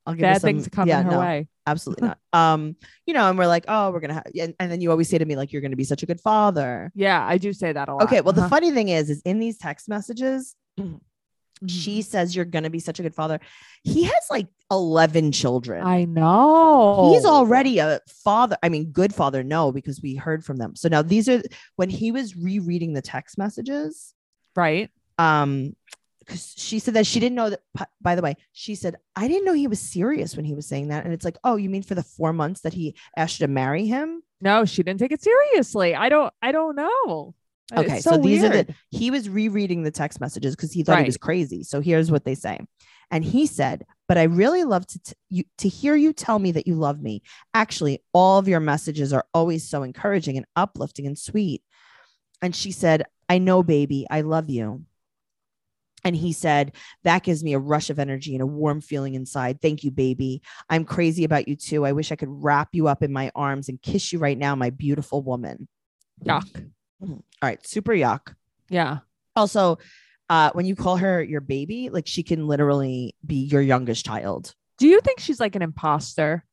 Speaker 2: I'll give her
Speaker 3: Bad
Speaker 2: some,
Speaker 3: things coming
Speaker 2: yeah,
Speaker 3: her
Speaker 2: no,
Speaker 3: way.
Speaker 2: Absolutely
Speaker 3: (laughs)
Speaker 2: not. Um, you know, and we're like, oh, we're gonna have, and, and then you always say to me like, you're gonna be such a good father.
Speaker 3: Yeah, I do say that a lot.
Speaker 2: Okay. Well, the
Speaker 3: Uh-huh.
Speaker 2: funny thing is, is in these text messages,
Speaker 3: Mhm.
Speaker 2: she says you're gonna be such a good father. He has like eleven children.
Speaker 3: Mm-hmm. I know.
Speaker 2: He's already a father. I mean, good father. No, because we heard from them. So now these are when he was rereading the text messages.
Speaker 3: right.
Speaker 2: um because she said that she didn't know that p- by the way she said i didn't know he was serious when he was saying that and it's like oh you mean for the four months that he asked you to marry him
Speaker 3: No, she didn't take it seriously. I don't. I don't know. It's
Speaker 2: okay so,
Speaker 3: so,
Speaker 2: these are
Speaker 3: weird.
Speaker 2: the he was rereading the text messages because he thought he was
Speaker 3: Right.
Speaker 2: crazy so here's what they say and he said but i really love to t- you to hear you tell me that you love me actually all of your messages are always so encouraging and uplifting and sweet and she said i know baby i love you and he said That gives me a rush of energy and a warm feeling inside. Thank you, baby. I'm crazy about you too. I wish I could wrap you up in my arms and kiss you right now, my beautiful woman. Mm-hmm.
Speaker 3: Yuck.
Speaker 2: All right, super yuck.
Speaker 3: Yeah.
Speaker 2: Also, uh, when you call her your baby, like she can literally be your youngest child.
Speaker 3: Do you think she's like an imposter?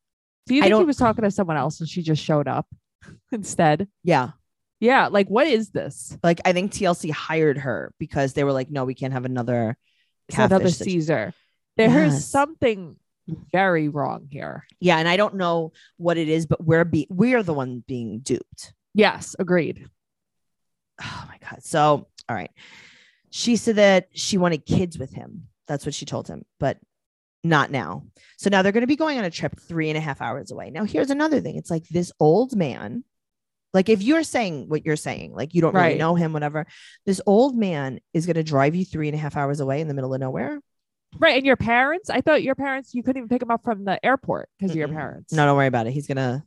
Speaker 3: Do you
Speaker 2: I
Speaker 3: think he
Speaker 2: don't-
Speaker 3: was talking to someone else and she just showed up (laughs) instead?
Speaker 2: Yeah.
Speaker 3: Yeah. Like, what is this?
Speaker 2: Like I think TLC hired her because they were like, no, we can't have another.
Speaker 3: It's another
Speaker 2: catfish situ-
Speaker 3: Caesar. There's
Speaker 2: Yes.
Speaker 3: something very wrong here.
Speaker 2: Yeah. And I don't know what it is, but we're be- we're the one being duped.
Speaker 3: Yes. Agreed.
Speaker 2: oh my god so all right she said that she wanted kids with him that's what she told him but not now so now they're going to be going on a trip three and a half hours away now here's another thing it's like this old man like if you're saying what you're saying like you don't really
Speaker 3: Right.
Speaker 2: know him whatever this old man is going to drive you three and a half hours away in the middle of nowhere
Speaker 3: Right. And your parents? I thought your parents, you couldn't even pick them up from the airport because of your
Speaker 2: Mm-mm.
Speaker 3: parents.
Speaker 2: no don't worry about it he's going to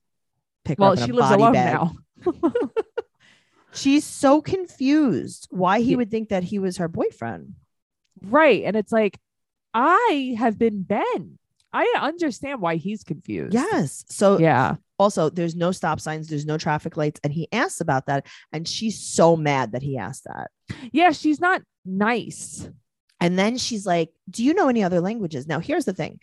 Speaker 2: pick her
Speaker 3: Well,
Speaker 2: up in
Speaker 3: she
Speaker 2: a
Speaker 3: lives
Speaker 2: body
Speaker 3: alone
Speaker 2: bag
Speaker 3: now.
Speaker 2: She's so confused why he would think that he was her boyfriend.
Speaker 3: Right. And it's like, I have been Ben. I understand why he's confused.
Speaker 2: Yes. So
Speaker 3: Yeah.
Speaker 2: also there's no stop signs, there's no traffic lights. And he asks about that. And she's so mad that he asked that.
Speaker 3: Yeah. She's not nice.
Speaker 2: And then she's like, Do you know any other languages? Now, here's the thing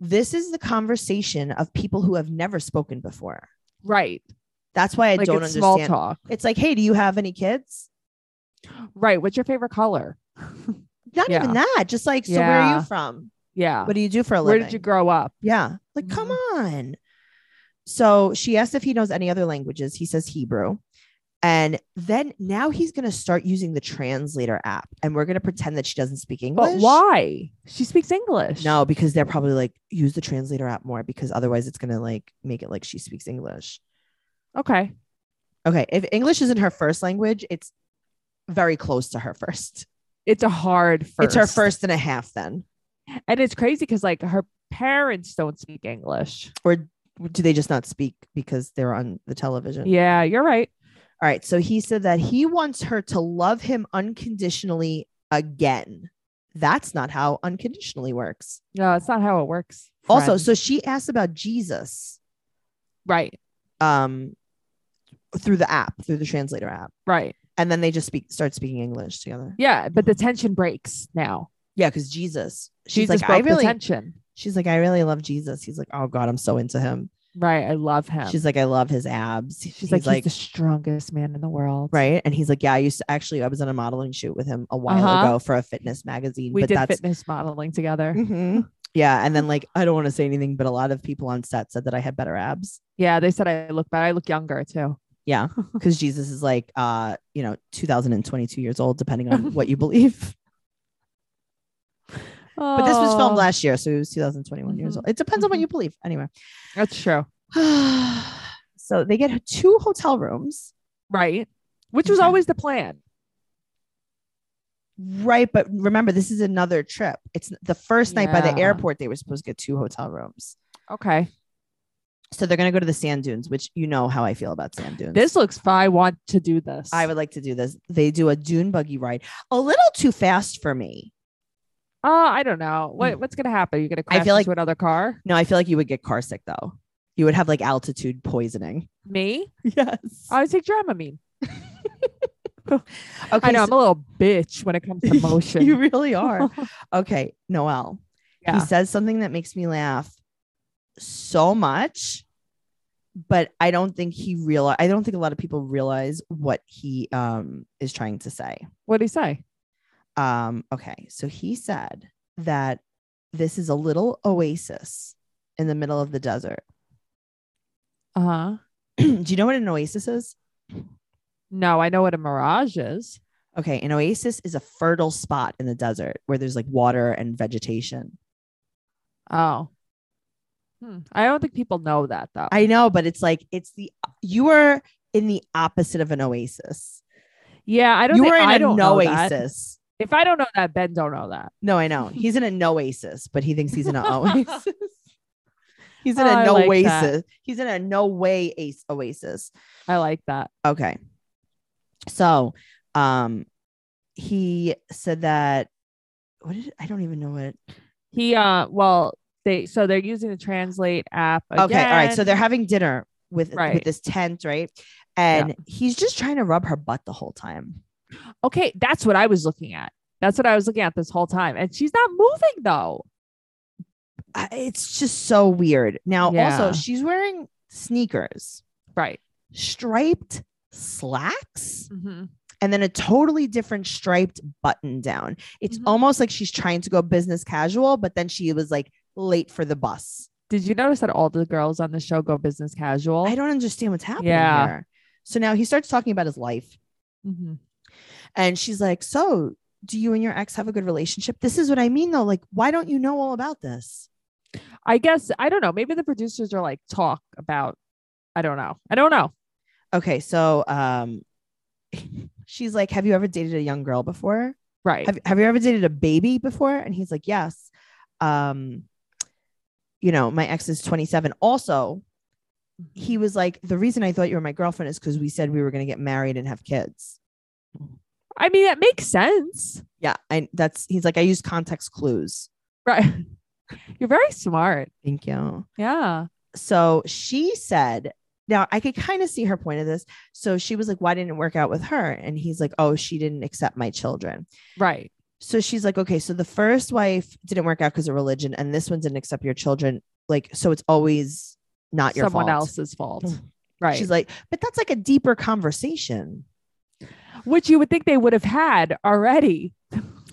Speaker 2: this is the conversation of people who have never spoken before.
Speaker 3: Right.
Speaker 2: That's why I
Speaker 3: like
Speaker 2: don't
Speaker 3: it's
Speaker 2: understand.
Speaker 3: small talk.
Speaker 2: It's like, Hey, do you have any kids?
Speaker 3: Right. What's your favorite color?
Speaker 2: Not
Speaker 3: Yeah.
Speaker 2: even that. Just like, So where are
Speaker 3: Yeah.
Speaker 2: you from?
Speaker 3: Yeah.
Speaker 2: What do you do for a
Speaker 3: Where
Speaker 2: living?
Speaker 3: did you grow up?
Speaker 2: Yeah. Like, come
Speaker 3: Mm-hmm.
Speaker 2: on. So she asked if he knows any other languages. He says Hebrew. And then now he's going to start using the translator app and we're going to pretend that she doesn't speak English.
Speaker 3: But why? She speaks English.
Speaker 2: No, because they're probably like, use the translator app more because otherwise it's going to like make it like she speaks English.
Speaker 3: Okay.
Speaker 2: Okay. If English isn't her first language, it's very close to her first.
Speaker 3: It's a hard first.
Speaker 2: It's her first and a half then.
Speaker 3: And it's crazy because like her parents don't speak English.
Speaker 2: Or do they just not speak because they're on the television?
Speaker 3: Yeah, you're right.
Speaker 2: All right. So he said that he wants her to love him unconditionally again. That's not how unconditionally works.
Speaker 3: No, it's not how it works.
Speaker 2: Also,
Speaker 3: friend.
Speaker 2: so she asked about Jesus
Speaker 3: right,
Speaker 2: um, through the app, through the translator app.
Speaker 3: right.
Speaker 2: And then they just speak, start speaking English together.
Speaker 3: Yeah, but the tension breaks now.
Speaker 2: Yeah, because Jesus, she's
Speaker 3: She's just
Speaker 2: like, I
Speaker 3: broke the
Speaker 2: really,
Speaker 3: tension.
Speaker 2: she's like, I really love Jesus. He's like, oh God, I'm so into him.
Speaker 3: Right. I love him.
Speaker 2: She's like, I love his abs.
Speaker 3: She's
Speaker 2: He's
Speaker 3: like, he's the strongest man in the world.
Speaker 2: right. And he's like, yeah, I used to actually, I was on a modeling shoot with him a while
Speaker 3: Uh-huh.
Speaker 2: ago for a fitness magazine.
Speaker 3: We
Speaker 2: but
Speaker 3: did
Speaker 2: that's
Speaker 3: fitness modeling together.
Speaker 2: Mhm. Yeah. And then, like, I don't want to say anything, but a lot of people on set said that I had better abs
Speaker 3: Yeah, they said I look better. I look younger too.
Speaker 2: because Jesus is like, uh, you know, 2022 years old, depending on what you believe. But this was filmed
Speaker 3: Oh,
Speaker 2: last year. So he was 2021 years
Speaker 3: Mhm.
Speaker 2: old. It depends on what
Speaker 3: Mhm.
Speaker 2: you believe. Anyway.
Speaker 3: That's true.
Speaker 2: so they get two hotel rooms.
Speaker 3: Right. Which was
Speaker 2: Okay.
Speaker 3: always the plan.
Speaker 2: Right. But remember, this is another trip. It's the first night by the
Speaker 3: Yeah.
Speaker 2: airport, they were supposed to get two hotel rooms.
Speaker 3: Okay.
Speaker 2: So they're going to go to the sand dunes, which you know how I feel about sand dunes.
Speaker 3: This looks fun. I want to do this.
Speaker 2: I would like to do this. They do a dune buggy ride. A little too fast for me.
Speaker 3: Uh, I don't know. What what's gonna happen? You're gonna crash
Speaker 2: Mm. feel like-
Speaker 3: into another car?
Speaker 2: No, I feel like you would get car sick though. You would have like altitude poisoning.
Speaker 3: Me?
Speaker 2: (laughs) Yes.
Speaker 3: I would take Dramamine.
Speaker 2: Okay.
Speaker 3: I know I'm
Speaker 2: so-
Speaker 3: a little bitch when it comes to
Speaker 2: (laughs)
Speaker 3: motion.
Speaker 2: you really are. (laughs) okay, Noel. He
Speaker 3: Yeah.
Speaker 2: says something that makes me laugh so much, but I don't think he realize. I don't think a lot of people realize what he um is trying to say.
Speaker 3: What'd he say?
Speaker 2: Um, okay, so he said that this is a little oasis in the middle of the desert. (clears throat)
Speaker 3: Uh huh.
Speaker 2: do you know what an oasis is?
Speaker 3: No, I know what a mirage is.
Speaker 2: Okay, an oasis is a fertile spot in the desert where there's like water and vegetation.
Speaker 3: Oh. Hmm. I don't think people know that though.
Speaker 2: I know, but it's like it's the you are in the opposite of an oasis.
Speaker 3: yeah, I don't
Speaker 2: You
Speaker 3: think
Speaker 2: are in
Speaker 3: I
Speaker 2: a
Speaker 3: don't
Speaker 2: no
Speaker 3: know that.
Speaker 2: oasis.
Speaker 3: If I don't know that, Ben don't know that.
Speaker 2: No, I know. He's in a no oasis, but he thinks he's in an
Speaker 3: (laughs)
Speaker 2: oasis. He's in a
Speaker 3: Oh, I
Speaker 2: no
Speaker 3: like
Speaker 2: oasis.
Speaker 3: that.
Speaker 2: He's in a no way ace oasis.
Speaker 3: I like that.
Speaker 2: Okay. So, um he said that what did I don't even know what
Speaker 3: He uh well they so they're using the translate app. Again.
Speaker 2: Okay, all right. So they're having dinner with with
Speaker 3: Right.
Speaker 2: this tent, right? And he's just trying to rub her butt the whole time.
Speaker 3: okay, that's what I was looking at. That's what I was looking at this whole time. And she's not moving though.
Speaker 2: I- It's just so weird. Now,
Speaker 3: Yeah.
Speaker 2: also, she's wearing sneakers,
Speaker 3: Right.
Speaker 2: striped slacks,
Speaker 3: Mm-hmm.
Speaker 2: and then a totally different striped button down. It's
Speaker 3: Mhm.
Speaker 2: almost like she's trying to go business casual, but then she was like late for the bus.
Speaker 3: Did you notice that all the girls on the show go business casual?
Speaker 2: I don't understand what's happening
Speaker 3: Oh. Yeah.
Speaker 2: here. So now he starts talking about his life. Mm-hmm.
Speaker 3: Mhm.
Speaker 2: And she's like, So, do you and your ex have a good relationship? This is what I mean, though. Like, why don't you know all about this?
Speaker 3: I guess I don't know. Maybe the producers are like talk about. I don't know. I don't know.
Speaker 2: Okay. So, um, (laughs) she's like, Have you ever dated a young girl before?
Speaker 3: Right.
Speaker 2: Have, have you ever dated a baby before? And he's like, Yes. Um, you know, my ex is 27. Also, he was like, the reason I thought you were my girlfriend is because we said we were going to get married and have kids.
Speaker 3: I mean, that makes sense.
Speaker 2: Yeah. And that's, he's like, I use context clues.
Speaker 3: Right. (laughs) You're very smart.
Speaker 2: Thank you.
Speaker 3: Yeah.
Speaker 2: So she said, now I could kind of see her point of this. So she was like, why didn't it work out with her? And he's like, oh, she didn't accept my children.
Speaker 3: Right.
Speaker 2: So she's like, okay, so the first wife didn't work out because of religion, and this one didn't accept your children. Like, so it's always not your
Speaker 3: Someone
Speaker 2: fault.
Speaker 3: else's fault.
Speaker 2: (laughs)
Speaker 3: Right.
Speaker 2: She's like, but that's like a deeper conversation.
Speaker 3: Which you would think they would have had already.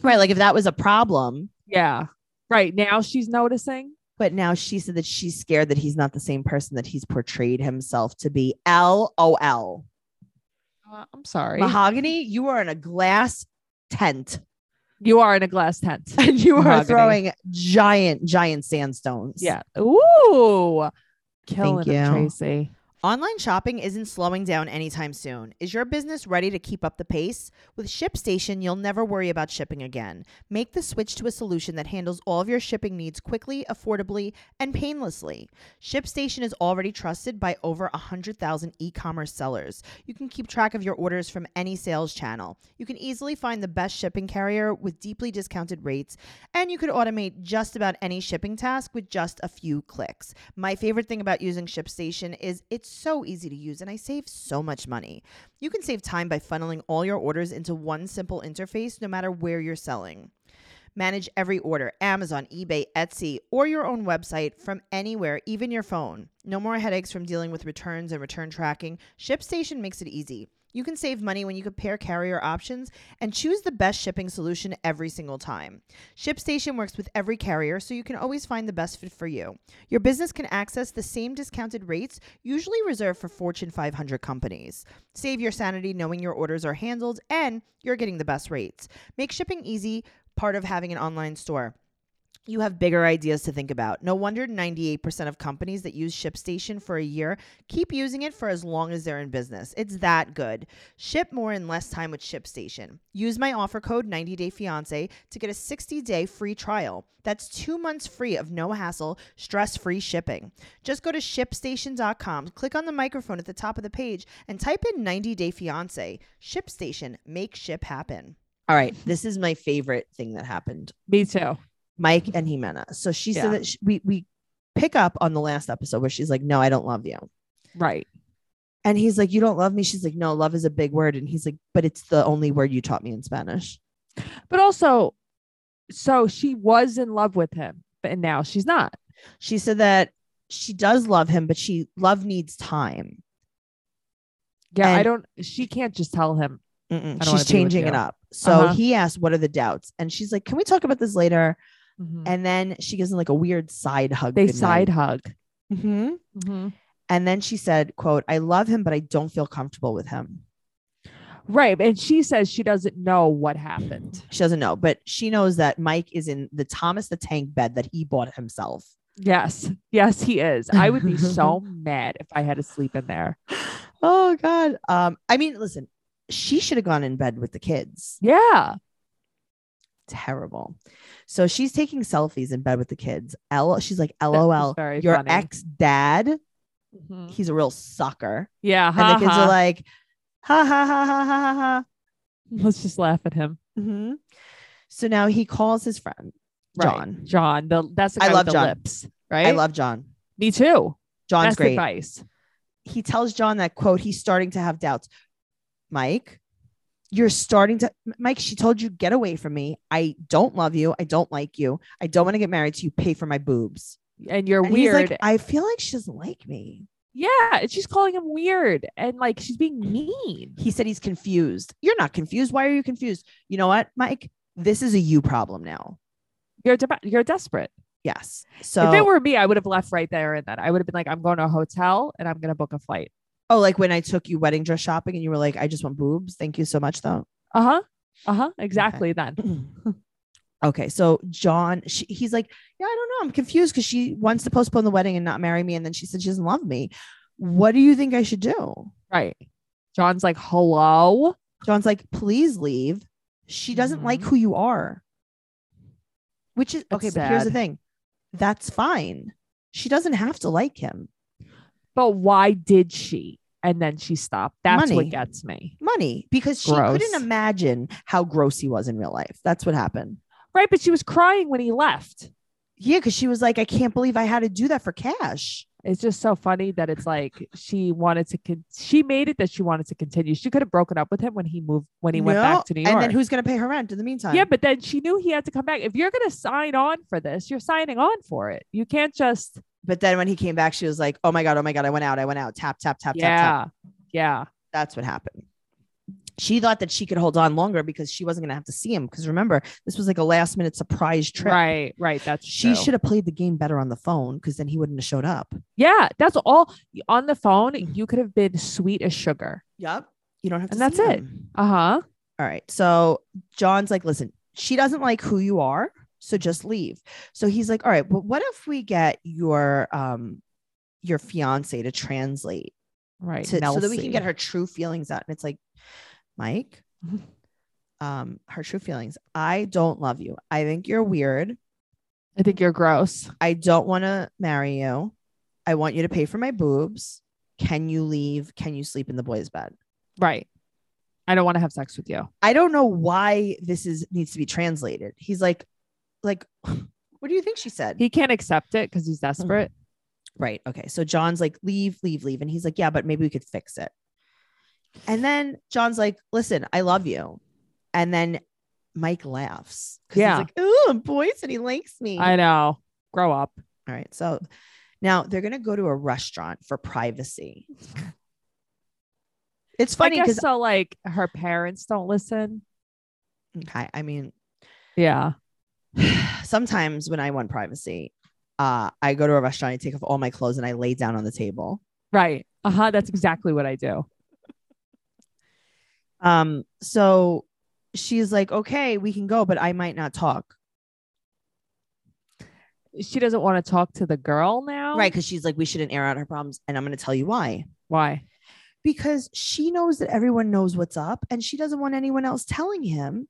Speaker 2: Right. Like if that was a problem,
Speaker 3: Yeah. Right. Now she's noticing.
Speaker 2: but now she said that she's scared that he's not the same person that he's portrayed himself to be. LOL.
Speaker 3: Uh, I'm sorry.
Speaker 2: Mahogany, you are in a glass tent
Speaker 3: you are in a glass tent.
Speaker 2: (laughs) and you are
Speaker 3: Mahogany.
Speaker 2: throwing giant, giant sandstones.
Speaker 3: yeah. Ooh. Killing
Speaker 2: Thank
Speaker 3: it,
Speaker 2: you.
Speaker 3: Tracy.
Speaker 2: Online shopping isn't slowing down anytime soon. Is your business ready to keep up the pace? With ShipStation, you'll never worry about shipping again. Make the switch to a solution that handles all of your shipping needs quickly, affordably, and painlessly. ShipStation is already trusted by over 100,000 e commerce sellers. You can keep track of your orders from any sales channel. You can easily find the best shipping carrier with deeply discounted rates, and you could automate just about any shipping task with just a few clicks. My favorite thing about using ShipStation is it's so easy to use and I save so much money. You can save time by funneling all your orders into one simple interface no matter where you're selling. Manage every order Amazon, eBay, Etsy, or your own website from anywhere, even your phone. No more headaches from dealing with returns and return tracking. ShipStation makes it easy. You can save money when you compare carrier options and choose the best shipping solution every single time. ShipStation works with every carrier, so you can always find the best fit for you. Your business can access the same discounted rates usually reserved for Fortune 500 companies. Save your sanity knowing your orders are handled and you're getting the best rates. Make shipping easy part of having an online store. You have bigger ideas to think about. No wonder 98% of companies that use ShipStation for a year keep using it for as long as they're in business. It's that good. Ship more in less time with ShipStation. Use my offer code 90dayfiance to get a 60-day free trial. That's 2 months free of no hassle, stress-free shipping. Just go to shipstation.com, click on the microphone at the top of the page and type in 90dayfiance. ShipStation, make ship happen. All right, this is my favorite thing that happened
Speaker 3: Me too.
Speaker 2: Mike and Jimena. So she
Speaker 3: Yeah.
Speaker 2: said that she, we we pick up on the last episode where she's like, "No, I don't love you,"
Speaker 3: Right.
Speaker 2: and he's like, "You don't love me." She's like, "No, love is a big word," and he's like, "But it's the only word you taught me in Spanish."
Speaker 3: But also, so she was in love with him, but now she's not.
Speaker 2: She said that she does love him, but she love needs time.
Speaker 3: Yeah. I
Speaker 2: And-
Speaker 3: don't, she can't just tell him.
Speaker 2: Mm-mm.
Speaker 3: I don't wanna be
Speaker 2: She's
Speaker 3: with
Speaker 2: changing
Speaker 3: you.
Speaker 2: it up. So
Speaker 3: Uh-huh.
Speaker 2: he asked, "What are the doubts?" And she's like, "Can we talk about this later?"
Speaker 3: Mhm.
Speaker 2: And then she gives him like a weird side hug.
Speaker 3: They side hug.
Speaker 2: hmm And then she said, "Quote: I love him, but I don't feel comfortable with him."
Speaker 3: Right. And she says she doesn't know what happened.
Speaker 2: She doesn't know, but she knows that Mike is in the Thomas the Tank bed that he bought himself.
Speaker 3: Yes. Yes, he is. I would
Speaker 2: (laughs)
Speaker 3: be so mad if I had to sleep in there.
Speaker 2: Oh God. Um, I mean, listen, she should have gone in bed with the kids.
Speaker 3: Yeah.
Speaker 2: Terrible. So she's taking selfies in bed with the kids. L she's like,
Speaker 3: That was
Speaker 2: LOL,
Speaker 3: Very
Speaker 2: your
Speaker 3: funny.
Speaker 2: ex dad,
Speaker 3: Mhm.
Speaker 2: he's a real sucker.
Speaker 3: Yeah.
Speaker 2: Mm-hmm. And the kids
Speaker 3: ha-ha.
Speaker 2: are like, ha ha ha ha ha ha ha.
Speaker 3: Let's just laugh at him.
Speaker 2: hmm So now he calls his friend,
Speaker 3: Right.
Speaker 2: John.
Speaker 3: John. The, that's the
Speaker 2: I
Speaker 3: guy
Speaker 2: love
Speaker 3: with the
Speaker 2: John.
Speaker 3: lips, right?
Speaker 2: I love John.
Speaker 3: Me too.
Speaker 2: John's
Speaker 3: Best
Speaker 2: great.
Speaker 3: advice.
Speaker 2: he tells John that quote, he's starting to have doubts. Mike, you're starting to M- Mike, she told you get away from me. I don't love you. I don't like you. I don't want to get married to you. Pay for my boobs.
Speaker 3: And you're
Speaker 2: And he's
Speaker 3: weird.
Speaker 2: like, I feel like she doesn't like me.
Speaker 3: yeah. And she's calling him weird. And like she's being mean.
Speaker 2: He said he's confused. You're not confused. Why are you confused? You know what, Mike? This is a you problem now.
Speaker 3: You're de- you're desperate.
Speaker 2: Yes. So
Speaker 3: if it were me, I would have left right there and then I would have been like, I'm going to a hotel and I'm gonna book a flight.
Speaker 2: oh, like when I took you wedding dress shopping and you were like, I just want boobs. Thank you so much though.
Speaker 3: Uh huh. Uh huh. Exactly. Then.
Speaker 2: okay so john she, he's like yeah i don't know i'm confused because she wants to postpone the wedding and not marry me and then she said she doesn't love me what do you think i should do
Speaker 3: Right. John's like, hello.
Speaker 2: john's like please leave she doesn't like
Speaker 3: Mhm.
Speaker 2: who you are which is
Speaker 3: That's
Speaker 2: okay but here's the
Speaker 3: sad.
Speaker 2: thing that's fine she doesn't have to like him
Speaker 3: but why did she? And then she stopped. That's
Speaker 2: Money.
Speaker 3: what gets me.
Speaker 2: money because she
Speaker 3: Gross.
Speaker 2: couldn't imagine how gross he was in real life. That's what happened.
Speaker 3: Right. But she was crying when he left.
Speaker 2: Yeah, because she was like, I can't believe I had to do that for cash.
Speaker 3: It's just so funny that it's like she wanted to, con- she made it that she wanted to continue. She could have broken up with him when he moved, when he went
Speaker 2: No,
Speaker 3: back to New York.
Speaker 2: And then who's going to pay her rent in the meantime?
Speaker 3: Yeah, but then she knew he had to come back. If you're going to sign on for this, you're signing on for it. You can't just
Speaker 2: But then when he came back, she was like, oh my God, oh my God, I went out, I went out, tap, tap, tap, tap, tap.
Speaker 3: yeah, yeah.
Speaker 2: That's what happened. She thought that she could hold on longer because she wasn't going to have to see him. Because remember, this was like a last minute surprise trip.
Speaker 3: Right, right. That's
Speaker 2: She
Speaker 3: true.
Speaker 2: should have played the game better on the phone because then he wouldn't have showed up.
Speaker 3: Yeah, that's all. On the phone, you could have been sweet as sugar.
Speaker 2: Yep. You don't have to.
Speaker 3: And that's
Speaker 2: see
Speaker 3: it.
Speaker 2: him.
Speaker 3: Uh huh.
Speaker 2: All right. So John's like, listen, she doesn't like who you are. So just leave. So he's like, all right, but what if we get your um your fiance to translate
Speaker 3: Right.
Speaker 2: to, so that we can
Speaker 3: Nelsie.
Speaker 2: get her true feelings out? And it's like, Mike,
Speaker 3: Mm-hmm.
Speaker 2: um, her true feelings. I don't love you. I think you're weird.
Speaker 3: I think you're gross.
Speaker 2: I don't want to marry you. I want you to pay for my boobs. Can you leave? Can you sleep in the boys' bed?
Speaker 3: Right. I don't want to have sex with you.
Speaker 2: I don't know why this is needs to be translated. He's like, like, (sighs) what do you think she said?
Speaker 3: He can't accept it because
Speaker 2: Mm-hmm.
Speaker 3: he's desperate.
Speaker 2: right. Okay. So John's like, leave, leave, leave. And he's like, yeah, but maybe we could fix it. And then John's like, listen, I love you. And then Mike laughs. 'cause
Speaker 3: Yeah.
Speaker 2: He's like, oh, boys, and he likes me.
Speaker 3: I know. Grow up.
Speaker 2: All right. So now they're going to go to a restaurant for privacy. It's funny
Speaker 3: I
Speaker 2: because
Speaker 3: guess so. Like her parents don't listen.
Speaker 2: okay, I mean,
Speaker 3: Yeah.
Speaker 2: sometimes when I want privacy, uh, I go to a restaurant, I take off all my clothes, and I lay down on the table.
Speaker 3: Right. Uh
Speaker 2: Uh-huh,
Speaker 3: huh. That's exactly what I do.
Speaker 2: Um, so she's like, okay, we can go, but I might not talk.
Speaker 3: She doesn't want to talk to the girl now.
Speaker 2: Right. Cause she's like, we shouldn't air out her problems. And I'm going to tell you why.
Speaker 3: Why?
Speaker 2: Because she knows that everyone knows what's up and she doesn't want anyone else telling him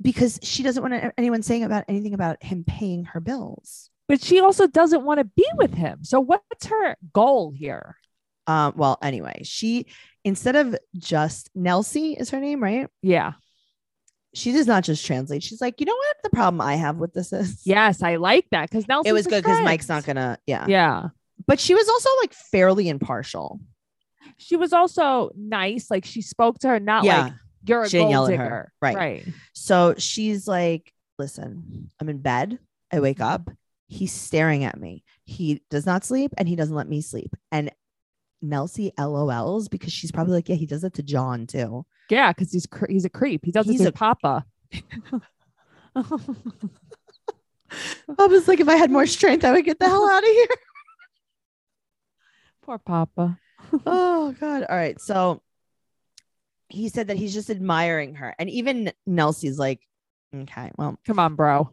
Speaker 2: because she doesn't want a- anyone saying about anything about him paying her bills.
Speaker 3: But she also doesn't want to be with him. So what's her goal here?
Speaker 2: Um, well, anyway, she instead of just Nelsie is her name, right?
Speaker 3: Yeah.
Speaker 2: she does not just translate. She's like, you know what? The problem I have with this is
Speaker 3: Yes, I like that because now
Speaker 2: it was good because Mike's not gonna, yeah.
Speaker 3: Yeah.
Speaker 2: But she was also like fairly impartial.
Speaker 3: she was also nice. Like she spoke to her, not
Speaker 2: yeah.
Speaker 3: like you're a
Speaker 2: She didn't
Speaker 3: gold
Speaker 2: yell at
Speaker 3: digger.
Speaker 2: her. Right.
Speaker 3: Right.
Speaker 2: so she's like, listen, I'm in bed. I wake up. He's staring at me. He does not sleep and he doesn't let me sleep. And Nelsie LOLs because she's probably like, yeah, he does that to John too.
Speaker 3: Yeah, because he's cre- he's a creep. He does it
Speaker 2: He's
Speaker 3: to
Speaker 2: a-
Speaker 3: Papa. (laughs)
Speaker 2: (laughs) I was like, if I had more strength, I would get the hell out of here.
Speaker 3: Poor Papa.
Speaker 2: oh god all right so he said that he's just admiring her and even nelsie's like okay well
Speaker 3: Come on, bro.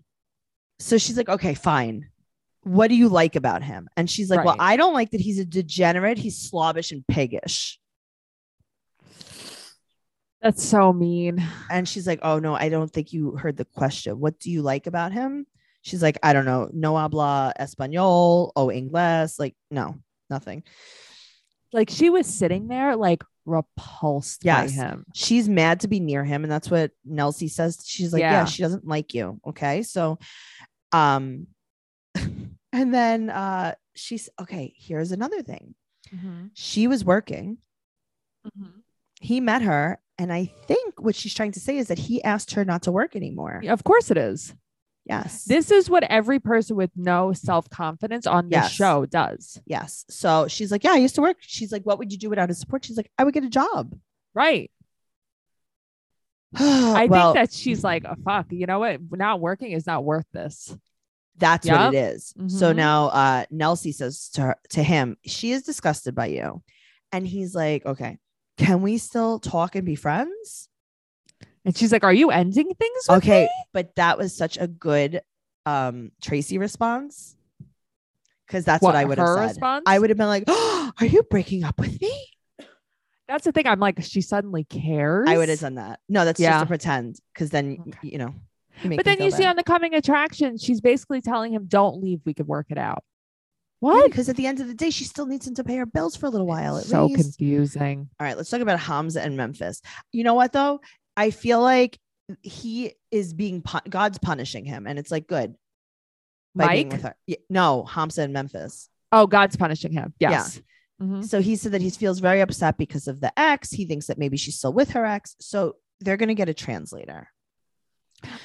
Speaker 2: so she's like okay fine what do you like about him and she's like well
Speaker 3: Right.
Speaker 2: i don't like that he's a degenerate he's slobbish and piggish
Speaker 3: That's so mean.
Speaker 2: and she's like oh no i don't think you heard the question what do you like about him she's like i don't know no habla español o inglés like no nothing
Speaker 3: Like she was sitting there, like repulsed
Speaker 2: Yes.
Speaker 3: by him.
Speaker 2: she's mad to be near him and that's what nelsie says she's like yeah.
Speaker 3: Yeah.
Speaker 2: she doesn't like you okay so um (laughs) and then uh she's okay here's another thing she was working he met her and i think what she's trying to say is that he asked her not to work anymore
Speaker 3: Yeah, Of course it is.
Speaker 2: yes
Speaker 3: This is what every person with no self confidence on this
Speaker 2: Yes.
Speaker 3: show does.
Speaker 2: yes so she's like yeah i used to work she's like what would you do without his support she's like i would get a job (sighs)
Speaker 3: Right. I
Speaker 2: Uh, Well,
Speaker 3: think that she's like, oh, fuck, you know what? Not working is not worth this.
Speaker 2: That's what it is. So
Speaker 3: Mhm.
Speaker 2: now uh Nelsie says to her, to him, she is disgusted by you. And he's like, okay, can we still talk and be friends?
Speaker 3: And she's like, Are you ending things? with
Speaker 2: Okay, but that was such a good um Tracy response. Cause that's what, I would have
Speaker 3: her
Speaker 2: said.
Speaker 3: response?
Speaker 2: I would have been like, oh, are you breaking up with me?
Speaker 3: That's the thing. I'm like, she suddenly cares.
Speaker 2: I would have done that. No, that's just
Speaker 3: Yeah.
Speaker 2: to pretend. Cause then y- you know, you make
Speaker 3: But
Speaker 2: me
Speaker 3: then
Speaker 2: feel
Speaker 3: you see
Speaker 2: bad.
Speaker 3: on the coming attraction, she's basically telling him, "Don't leave. We could work it out." What?
Speaker 2: Because at the end of the day, she still needs him to pay her bills for a little while. It
Speaker 3: so
Speaker 2: really is-
Speaker 3: confusing.
Speaker 2: All right, let's talk about Hamza and Memphis. You know what though? I feel like he is being pun- God's punishing him, and it's like good by being
Speaker 3: Mike?
Speaker 2: with her. Yeah, no, Hamza and Memphis.
Speaker 3: Oh, God's punishing him.
Speaker 2: Yeah. Mm-hmm.
Speaker 3: Yes. Mhm.
Speaker 2: So he said that he feels very upset because of the ex. He thinks that maybe she's still with her ex. So they're gonna get a translator.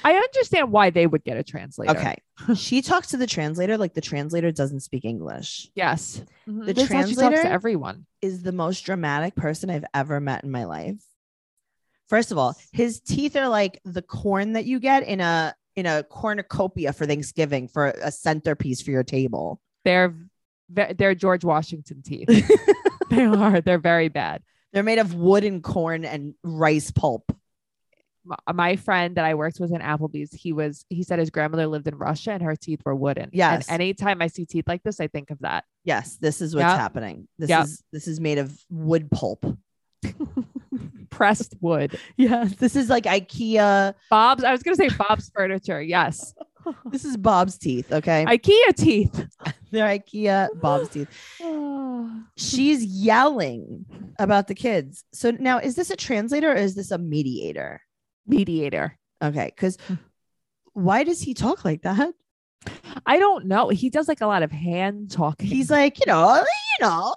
Speaker 3: I understand why they would get a translator.
Speaker 2: Okay.
Speaker 3: (laughs)
Speaker 2: she talks to the translator like the translator doesn't speak English.
Speaker 3: Yes.
Speaker 2: The
Speaker 3: This is how she talks
Speaker 2: translator-
Speaker 3: to everyone.
Speaker 2: Is the most dramatic person I've ever met in my life. First of all, his teeth are like the corn that you get in a in a cornucopia for Thanksgiving for a centerpiece for your table.
Speaker 3: They're ve- they're George Washington
Speaker 2: (laughs)
Speaker 3: teeth. they are. They're very bad.
Speaker 2: They're made of wood and corn and rice pulp.
Speaker 3: My, my friend that I worked with in Applebee's, he was he said his grandmother lived in Russia and her teeth were wooden.
Speaker 2: Yes.
Speaker 3: And anytime I see teeth like this, I think of that.
Speaker 2: Yes, this is what's
Speaker 3: Yep.
Speaker 2: happening. This
Speaker 3: Yep.
Speaker 2: is this is made of wood pulp. (laughs)
Speaker 3: Pressed wood.
Speaker 2: Yes, this is like IKEA.
Speaker 3: Bob's. I was gonna say Bob's (laughs) furniture. Yes.
Speaker 2: This is Bob's teeth. Okay, (sighs)
Speaker 3: IKEA teeth.
Speaker 2: they're IKEA Bob's teeth. she's yelling about the kids. So now is this a translator or is this a mediator?
Speaker 3: Mediator.
Speaker 2: Okay, because
Speaker 3: Hmm.
Speaker 2: why does he talk like
Speaker 3: (laughs)
Speaker 2: that?
Speaker 3: I don't know. He does like a lot of hand talking.
Speaker 2: He's like, you know, you know. eh, you know."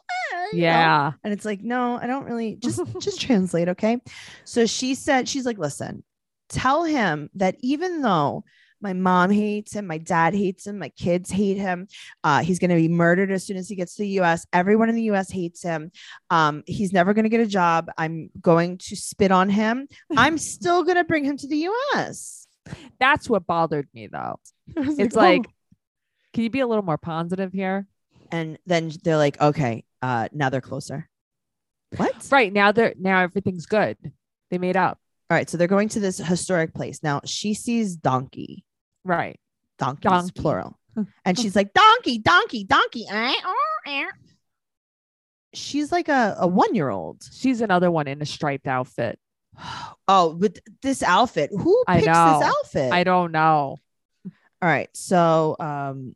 Speaker 2: (laughs)
Speaker 3: yeah. Hmm.
Speaker 2: And it's like, no, I don't really just just translate, okay? So she said, she's like, listen, tell him that even though my mom hates him, my dad hates him, my kids hate him, uh, he's gonna be murdered as soon as he gets to the US. Everyone in the US hates him. Um, he's never gonna get a job. I'm going to spit on him.
Speaker 3: (laughs)
Speaker 2: I'm still gonna bring him to the US.
Speaker 3: That's what bothered me though.
Speaker 2: I was
Speaker 3: It's
Speaker 2: "Oh."
Speaker 3: like, can you be a little more positive here?
Speaker 2: and then they're like, okay, uh, now they're closer. What?
Speaker 3: Right now, they're now everything's good. They made up.
Speaker 2: All right, so they're going to this historic place. Now she sees donkey,
Speaker 3: Right.
Speaker 2: donkeys
Speaker 3: Donkey. (laughs)
Speaker 2: plural. And she's like, donkey, donkey, donkey. eh, oh, eh." She's like a, a one year old.
Speaker 3: She's another one in a striped outfit.
Speaker 2: (gasps) Oh, with this outfit. Who
Speaker 3: I
Speaker 2: picks
Speaker 3: know.
Speaker 2: this outfit?
Speaker 3: I don't
Speaker 2: (laughs)
Speaker 3: know.
Speaker 2: All right. So um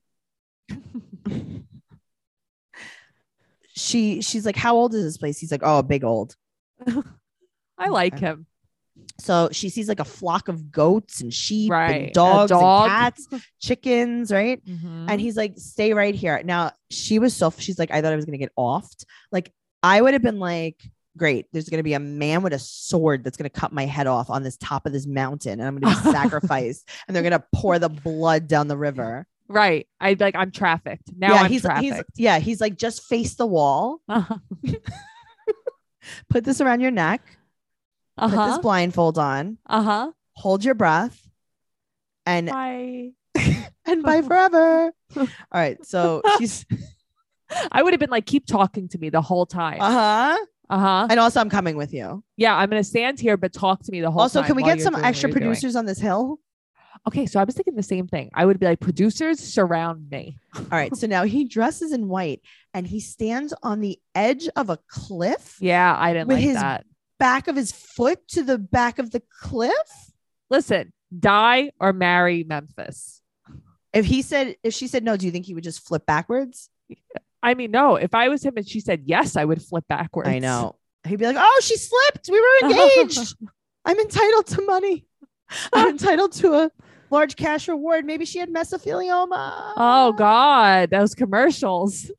Speaker 2: she she's like, How old is this place? He's like, Oh, big old.
Speaker 3: I like
Speaker 2: Okay.
Speaker 3: him.
Speaker 2: So she sees like a flock of goats and sheep
Speaker 3: Right.
Speaker 2: and
Speaker 3: A
Speaker 2: dogs
Speaker 3: dog.
Speaker 2: and
Speaker 3: (laughs)
Speaker 2: cats, chickens, right?
Speaker 3: And
Speaker 2: And he's like, stay right here. Now she was so she's like, I thought I was gonna get offed. Like I would have been like, Great, there's gonna be a man with a sword that's gonna cut my head off on this top of this mountain, and I'm gonna
Speaker 3: (laughs)
Speaker 2: be sacrificed, and they're gonna pour the blood down the river.
Speaker 3: right. I like I'm trafficked. Now
Speaker 2: yeah,
Speaker 3: I'm
Speaker 2: he's like,
Speaker 3: trafficked. (laughs)
Speaker 2: he's yeah, he's like, just face the wall,
Speaker 3: uh-huh.
Speaker 2: put this around your neck, put this
Speaker 3: Uh-huh.
Speaker 2: blindfold on,
Speaker 3: Uh-huh.
Speaker 2: hold your breath,
Speaker 3: (laughs)
Speaker 2: and
Speaker 3: I
Speaker 2: and bye forever.
Speaker 3: (laughs)
Speaker 2: All right, so she's
Speaker 3: I would have been like, keep talking to me the whole time.
Speaker 2: uh-huh.
Speaker 3: Uh-huh.
Speaker 2: And also I'm coming with you.
Speaker 3: Yeah, I'm gonna stand here, but talk to me the whole
Speaker 2: also,
Speaker 3: time.
Speaker 2: can we
Speaker 3: while
Speaker 2: get
Speaker 3: you're
Speaker 2: some
Speaker 3: doing what
Speaker 2: extra
Speaker 3: you're doing.
Speaker 2: producers on this hill?
Speaker 3: Okay, so I was thinking the same thing. I would be like, producers surround me.
Speaker 2: All right. So now he dresses in white and he stands on the edge of a cliff,
Speaker 3: Yeah, I didn't
Speaker 2: With
Speaker 3: like
Speaker 2: his-
Speaker 3: that.
Speaker 2: back of his foot to the back of the cliff.
Speaker 3: Listen, die or marry Memphis.
Speaker 2: If he said, if she said no, do you think he would just flip backwards?
Speaker 3: I mean, no, if I was him and she said yes, I would flip backwards.
Speaker 2: I know. He'd be like, oh, she slipped. We
Speaker 3: (laughs)
Speaker 2: were engaged. I'm entitled to money. I'm entitled to a large cash reward. Maybe she had mesothelioma.
Speaker 3: Oh God, those commercials.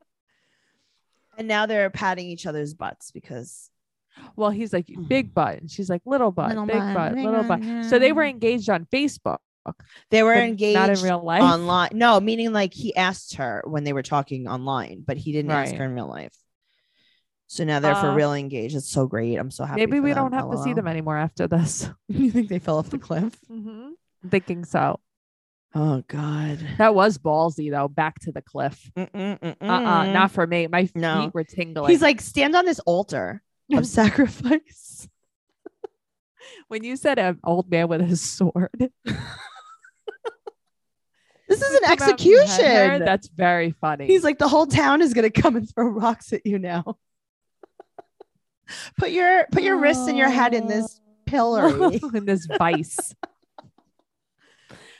Speaker 2: And now they're patting each other's butts because
Speaker 3: Well, he's like big butt. And she's like little butt,
Speaker 2: Mm. Little
Speaker 3: big
Speaker 2: butt,
Speaker 3: butt,
Speaker 2: big
Speaker 3: little butt.
Speaker 2: butt,
Speaker 3: So they were
Speaker 2: yeah.
Speaker 3: engaged on Facebook.
Speaker 2: they were
Speaker 3: but
Speaker 2: engaged.
Speaker 3: Not in real life.
Speaker 2: online. No, meaning like he asked her when they were talking online, but he didn't ask
Speaker 3: Right.
Speaker 2: her in real life. So now they're for
Speaker 3: Uh,
Speaker 2: real engaged. It's so great. I'm so happy.
Speaker 3: (laughs) Maybe
Speaker 2: for
Speaker 3: we don't
Speaker 2: them.
Speaker 3: have to see
Speaker 2: LOL.
Speaker 3: them (laughs) anymore after this.
Speaker 2: you think they fell off the cliff?
Speaker 3: Mhm. Thinking so.
Speaker 2: Oh God.
Speaker 3: That was ballsy though. Back to the cliff. Uh uh Not for me. My feet
Speaker 2: Mm. No.
Speaker 3: were tingling.
Speaker 2: He's like, stand on this altar
Speaker 3: (laughs)
Speaker 2: of sacrifice.
Speaker 3: when you said an old man with his sword. (laughs)
Speaker 2: This is an
Speaker 3: Come out from behind her,
Speaker 2: execution.
Speaker 3: That's very funny. (laughs)
Speaker 2: He's like, the whole town is gonna come and throw rocks at you now. (laughs) put your put your
Speaker 3: Oh.
Speaker 2: wrists and your head in this pillory.
Speaker 3: in this vice.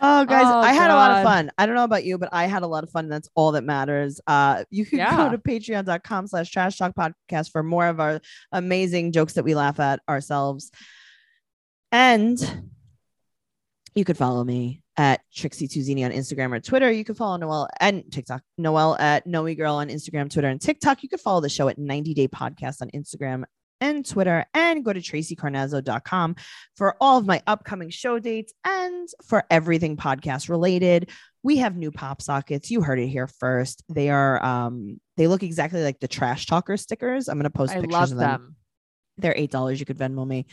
Speaker 2: Oh, guys,
Speaker 3: Oh,
Speaker 2: I had a lot of
Speaker 3: God.
Speaker 2: fun. I don't know about you, but I had a lot of fun. And that's all that matters. Uh, you can go
Speaker 3: Yeah.
Speaker 2: to patreon.com slash trash talk podcast for more of our amazing jokes that we laugh at ourselves. And you could follow me at Trixie Tuzini on Instagram or Twitter. You can follow Noel and TikTok. Noel at Noe Girl on Instagram, Twitter, and TikTok. You could follow the show at 90 Day Podcast on Instagram and Twitter. And go to tracycarnazzo.com for all of my upcoming show dates and for everything podcast related. We have new pop sockets. You heard it here first. They are um they look exactly like the trash talker stickers. I'm gonna post
Speaker 3: I
Speaker 2: pictures
Speaker 3: love
Speaker 2: of
Speaker 3: them.
Speaker 2: them. They're eight dollars. You could Venmo me.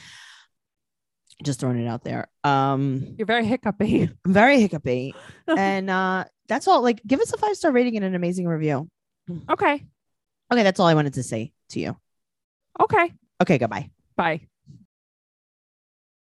Speaker 2: Just throwing it out there. Um
Speaker 3: You're very hiccupy. (laughs)
Speaker 2: I'm very hiccupy. and uh that's all. Like give us a five star rating and an amazing review.
Speaker 3: okay.
Speaker 2: Okay, that's all I wanted to say to you.
Speaker 3: Okay.
Speaker 2: Okay, goodbye.
Speaker 3: Bye.